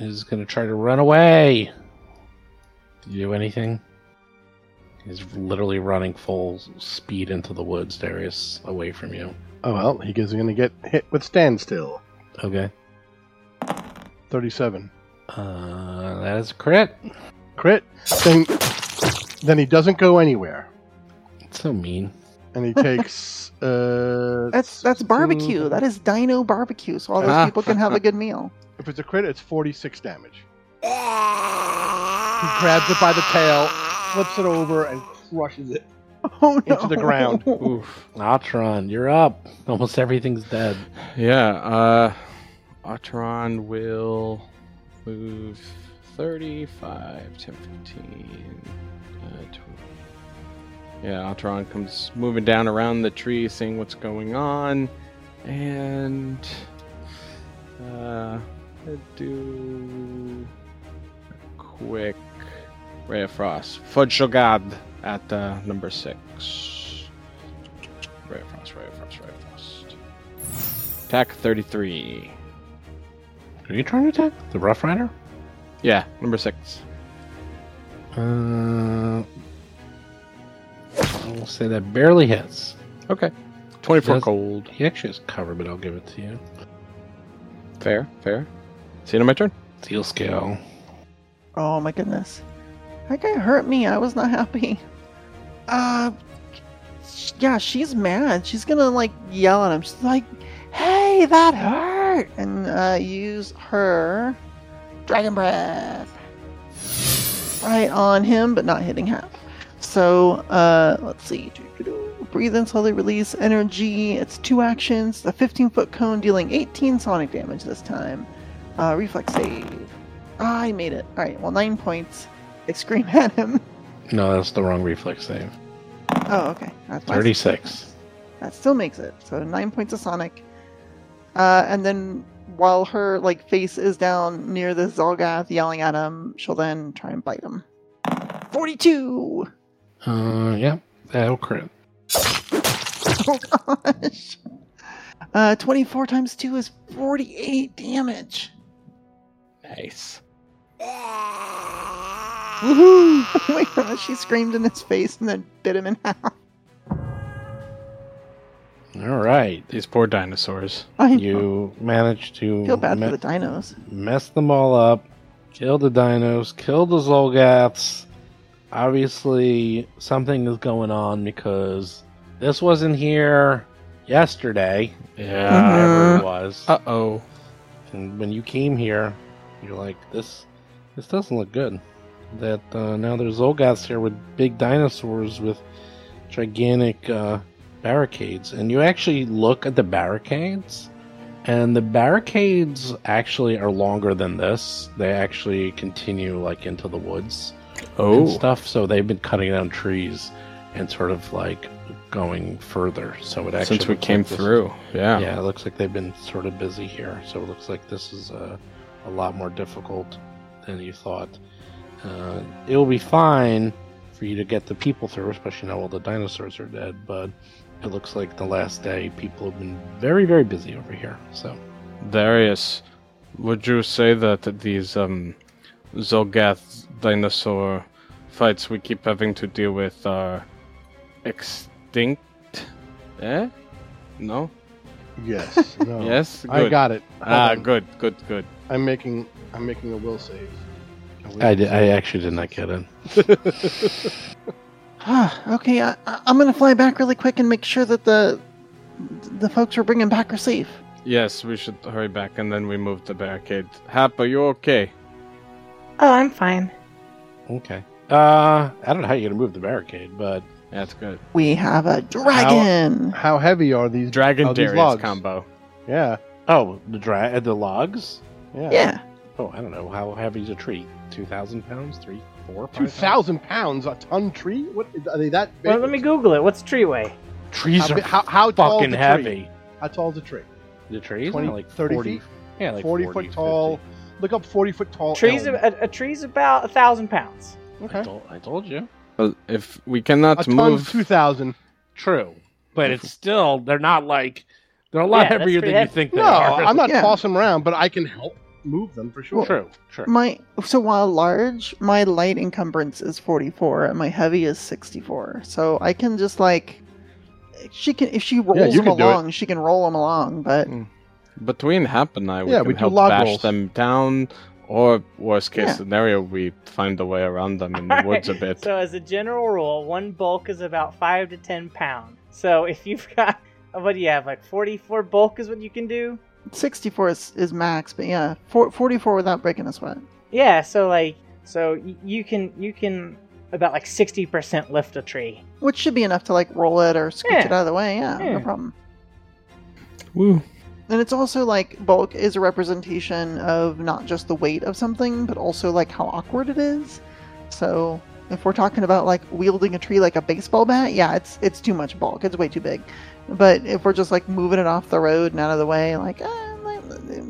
Speaker 2: is gonna try to run away. Did you do anything? He's literally running full speed into the woods, Darius, away from you.
Speaker 4: Oh well, he is going to get hit with standstill.
Speaker 2: Okay.
Speaker 4: Thirty-seven
Speaker 2: Uh, that is a crit.
Speaker 4: crit. Then, then he doesn't go anywhere,
Speaker 2: It's so mean.
Speaker 4: and he takes. uh,
Speaker 6: That's that's barbecue. That is dino barbecue, so all those
Speaker 5: Ah.
Speaker 6: people can have a good meal.
Speaker 4: If it's a crit, it's forty-six damage. He
Speaker 1: Ah.
Speaker 4: grabs it by the tail, flips it over, and crushes it.
Speaker 6: *laughs* Oh no.
Speaker 4: Into the ground.
Speaker 2: Oh.
Speaker 5: Oof.
Speaker 2: Atron, you're up. Almost everything's dead.
Speaker 5: Yeah, uh Otteron will move 35, 10, 15, uh, 20. Yeah, Otteron comes moving down around the tree, seeing what's going on, and uh, I do a quick ray of frost, fudge shogad at uh, number six. Ray of frost, ray of frost, ray of frost. Attack 33.
Speaker 2: Are you trying to attack the Rough Rider?
Speaker 5: Yeah, number six.
Speaker 2: Uh, I'll say that barely hits.
Speaker 5: Okay. 24
Speaker 2: Does-
Speaker 5: cold.
Speaker 2: He actually has cover, but I'll give it to you.
Speaker 5: Fair, fair. See you on my turn.
Speaker 2: Steel scale.
Speaker 6: Oh my goodness. That guy hurt me. I was not happy. Uh, sh- yeah, she's mad. She's gonna like yell at him. She's like, "Hey, that hurt!" And uh, use her dragon breath right on him, but not hitting half. So uh, let's see. Breathe in, slowly release energy. It's two actions. The 15 foot cone dealing 18 sonic damage this time. Uh, reflex save. Ah, I made it. All right, well, nine points. I scream *laughs* at him.
Speaker 2: No, that's the wrong reflex save.
Speaker 6: Oh, okay. That's why I-
Speaker 2: 36.
Speaker 6: That still makes it. So nine points of Sonic. Uh, and then while her like face is down near the Zolgath yelling at him, she'll then try and bite him. Forty-two. *laughs*
Speaker 2: Uh, yeah, that'll crit.
Speaker 6: Oh gosh. Uh, twenty-four times two is forty-eight damage.
Speaker 5: Nice.
Speaker 6: Woohoo! *laughs* oh my gosh, she screamed in his face and then bit him in half.
Speaker 2: All right.
Speaker 5: These poor dinosaurs.
Speaker 6: I know.
Speaker 2: You managed to
Speaker 6: feel bad
Speaker 2: me-
Speaker 6: for the dinos. *sighs*
Speaker 2: mess them all up, kill the dinos, kill the Zolgaths. Obviously, something is going on because this wasn't here yesterday.
Speaker 5: Yeah.
Speaker 2: Whatever
Speaker 6: Mm-hmm.
Speaker 2: it was.
Speaker 4: Mm-hmm.
Speaker 5: Uh oh.
Speaker 2: And when you came here, you're like, this this doesn't look good. That uh, now there's Olgoths here with big dinosaurs with gigantic uh, barricades. And you actually look at the barricades, And the barricades actually are longer than this. They actually continue like into the woods
Speaker 5: Oh,
Speaker 2: and stuff. So they've been cutting down trees and sort of like going further. So it actually
Speaker 5: since we
Speaker 2: looks
Speaker 5: came
Speaker 2: like this-
Speaker 5: through. Yeah.
Speaker 2: yeah, it looks like they've been sort of busy here. So it looks like this is a, a lot more difficult than you thought. Uh, it'll be fine for you to get the people through, especially now all the dinosaurs are dead. But it looks like the last day people have been very, very busy over here. So
Speaker 5: Darius, would you say that these um, Zolgath dinosaur fights we keep having to deal with are extinct? Eh? No?
Speaker 4: Yes. No.
Speaker 5: *laughs* Yes? Good.
Speaker 4: Oh. I got it. Hold
Speaker 5: Ah,
Speaker 4: on.
Speaker 5: good, good, good.
Speaker 4: I'm making I'm making a will save. A will
Speaker 2: I, did, I
Speaker 4: save.
Speaker 2: actually did not get in.
Speaker 6: okay, I, I- I'm gonna fly back really quick and make sure that the the folks we're bringing back are safe.
Speaker 5: Yes, we should hurry back and then we move the barricade. Hap, are you okay?
Speaker 3: Oh, I'm fine.
Speaker 2: Okay. Uh, I don't know how you're gonna move the barricade, but
Speaker 5: That's good.
Speaker 6: We have a dragon.
Speaker 4: How heavy are these?
Speaker 5: Dragon
Speaker 4: are these
Speaker 5: Darius
Speaker 4: logs?
Speaker 5: combo.
Speaker 4: Yeah.
Speaker 2: oh, the dra- uh, the logs.
Speaker 4: Yeah.
Speaker 6: yeah.
Speaker 2: Oh, I don't know how heavy is a tree. Two thousand pounds, three, four, five
Speaker 4: Two
Speaker 2: pounds?
Speaker 4: thousand pounds a ton tree? What are they that big?
Speaker 3: Well, let me Google it. What's tree weigh?
Speaker 2: Trees
Speaker 4: How
Speaker 2: are
Speaker 4: bi- how- how tall
Speaker 2: fucking
Speaker 4: is the tree?
Speaker 2: heavy.
Speaker 4: How tall is a tree?
Speaker 2: The trees
Speaker 4: 20,
Speaker 2: are like
Speaker 4: 30
Speaker 2: 40,
Speaker 4: feet?
Speaker 2: yeah, like
Speaker 4: 40
Speaker 2: 40,
Speaker 4: foot tall. Look up forty foot
Speaker 5: Oh,
Speaker 4: tall.
Speaker 3: Trees
Speaker 4: elm.
Speaker 3: a, a, a tree's about a thousand pounds.
Speaker 2: I,
Speaker 4: okay.
Speaker 2: told, I told you.
Speaker 5: But if we
Speaker 4: A
Speaker 5: cannot
Speaker 4: ton's
Speaker 5: move,
Speaker 2: *laughs*
Speaker 4: two thousand.
Speaker 2: True, but
Speaker 4: *laughs*
Speaker 2: it's still they're not like they're a lot
Speaker 3: Yeah, that's
Speaker 2: heavier
Speaker 3: pretty
Speaker 2: than you
Speaker 3: heavy.
Speaker 2: think they
Speaker 4: No,
Speaker 2: are.
Speaker 4: I'm not
Speaker 6: Yeah.
Speaker 4: tossing around, but I can help move them for
Speaker 2: *laughs*
Speaker 4: sure.
Speaker 2: True, true.
Speaker 6: My so while large, my light encumbrance is 44 and my heavy is 64. So I can just like she can if she rolls
Speaker 4: you
Speaker 6: them
Speaker 4: can do it.
Speaker 6: along, she can roll them along. But
Speaker 5: between Hap and I, we
Speaker 4: Yeah,
Speaker 5: can
Speaker 4: we do
Speaker 5: help
Speaker 4: log
Speaker 5: bash
Speaker 4: rolls.
Speaker 5: them down, or worst case
Speaker 6: Yeah.
Speaker 5: scenario, we find a way around them in the
Speaker 3: Alright,
Speaker 5: woods Mm, a bit.
Speaker 3: So, as a general rule, one bulk is about five to ten pound. So, if you've *laughs* got what do you have? Like forty-four bulk is what you can do.
Speaker 6: 64 is, is max. But yeah, four, 44 without breaking a sweat.
Speaker 3: Yeah. So, like, so y- you can you can about like sixty percent lift a tree.
Speaker 6: Which should be enough to like roll it or scoot
Speaker 3: Yeah.
Speaker 6: it out of the way. Yeah,
Speaker 3: Yeah.
Speaker 6: no problem.
Speaker 5: Woo.
Speaker 6: And it's also like bulk is a representation of not just the weight of something, but also like how awkward it is. So if we're talking about like wielding a tree like a baseball bat, yeah, it's it's too much bulk. It's way too big. But if we're just like moving it off the road and out of the way, like eh, it might-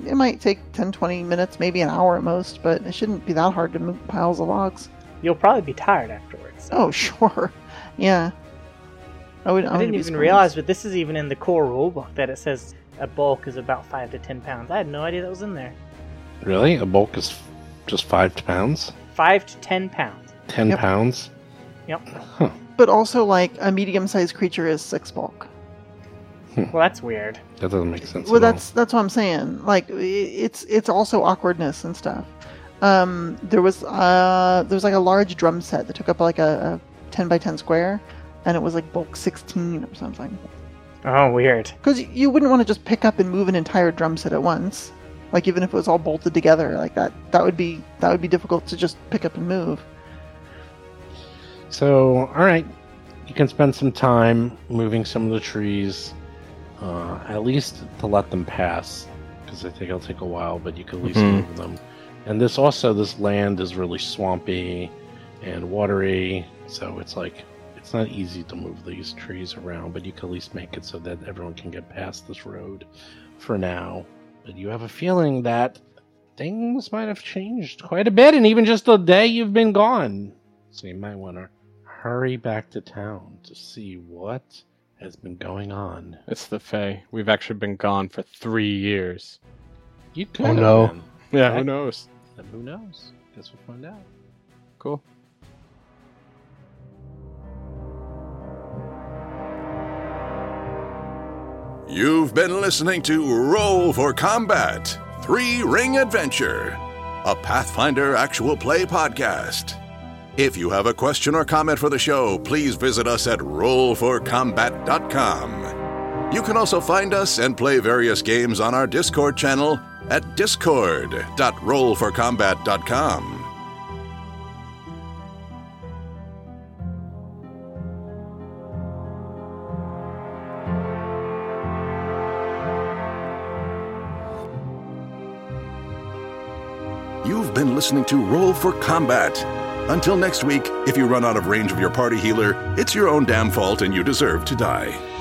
Speaker 6: it might take 10, 20 minutes, maybe an hour at most, but it shouldn't be that hard to move piles of logs.
Speaker 3: You'll probably be tired afterwards. so.
Speaker 6: Oh, *laughs* sure. Yeah. I, would,
Speaker 3: I didn't even realize, but this is even in the core rulebook that it says a bulk is about five to ten pounds. I had no idea that was in there.
Speaker 2: Really, a bulk is f- just five pounds,
Speaker 3: Five to ten pounds.
Speaker 2: ten
Speaker 6: Yep.
Speaker 2: pounds.
Speaker 5: *laughs*
Speaker 3: Yep.
Speaker 2: Huh.
Speaker 6: But also, like, a medium sized creature is six bulk.
Speaker 3: Well, that's weird.
Speaker 2: That doesn't make sense.
Speaker 6: well
Speaker 2: at all.
Speaker 6: that's that's what i'm saying like i- it's it's also awkwardness and stuff um there was uh there was like a large drum set that took up like a, a 10 by 10 square and it was like bulk 16 or something
Speaker 3: Oh, weird.
Speaker 6: because you wouldn't want to just pick up and move an entire drum set at once like even if it was all bolted together like that that would be that would be difficult to just pick up and move
Speaker 2: So, all right, you can spend some time moving some of the trees, uh, at least to let them pass, because I think it'll take a while, but you can at least
Speaker 5: Mhm.
Speaker 2: move them. And this also, this land is really swampy and watery, so it's like it's not easy to move these trees around, but you can at least make it so that everyone can get past this road for now. But you have a feeling that things might have changed quite a bit, and even just the day you've been gone. So you might want to hurry back to town to see what has been going on.
Speaker 5: It's the Fae. We've actually been gone for three years.
Speaker 2: You could.
Speaker 4: Oh,
Speaker 2: have
Speaker 4: no.
Speaker 2: been,
Speaker 5: Yeah,
Speaker 2: Okay.
Speaker 5: who knows?
Speaker 2: but who knows? Guess we'll find out.
Speaker 5: Cool.
Speaker 1: You've been listening to Roll for Combat Three Ring Adventure, a Pathfinder actual play podcast. If you have a question or comment for the show, please visit us at rollforcombat.com. You can also find us and play various games on our Discord channel at discord.rollforcombat.com. You've been listening to Roll for Combat. Until next week, if you run out of range of your party healer, it's your own damn fault and you deserve to die.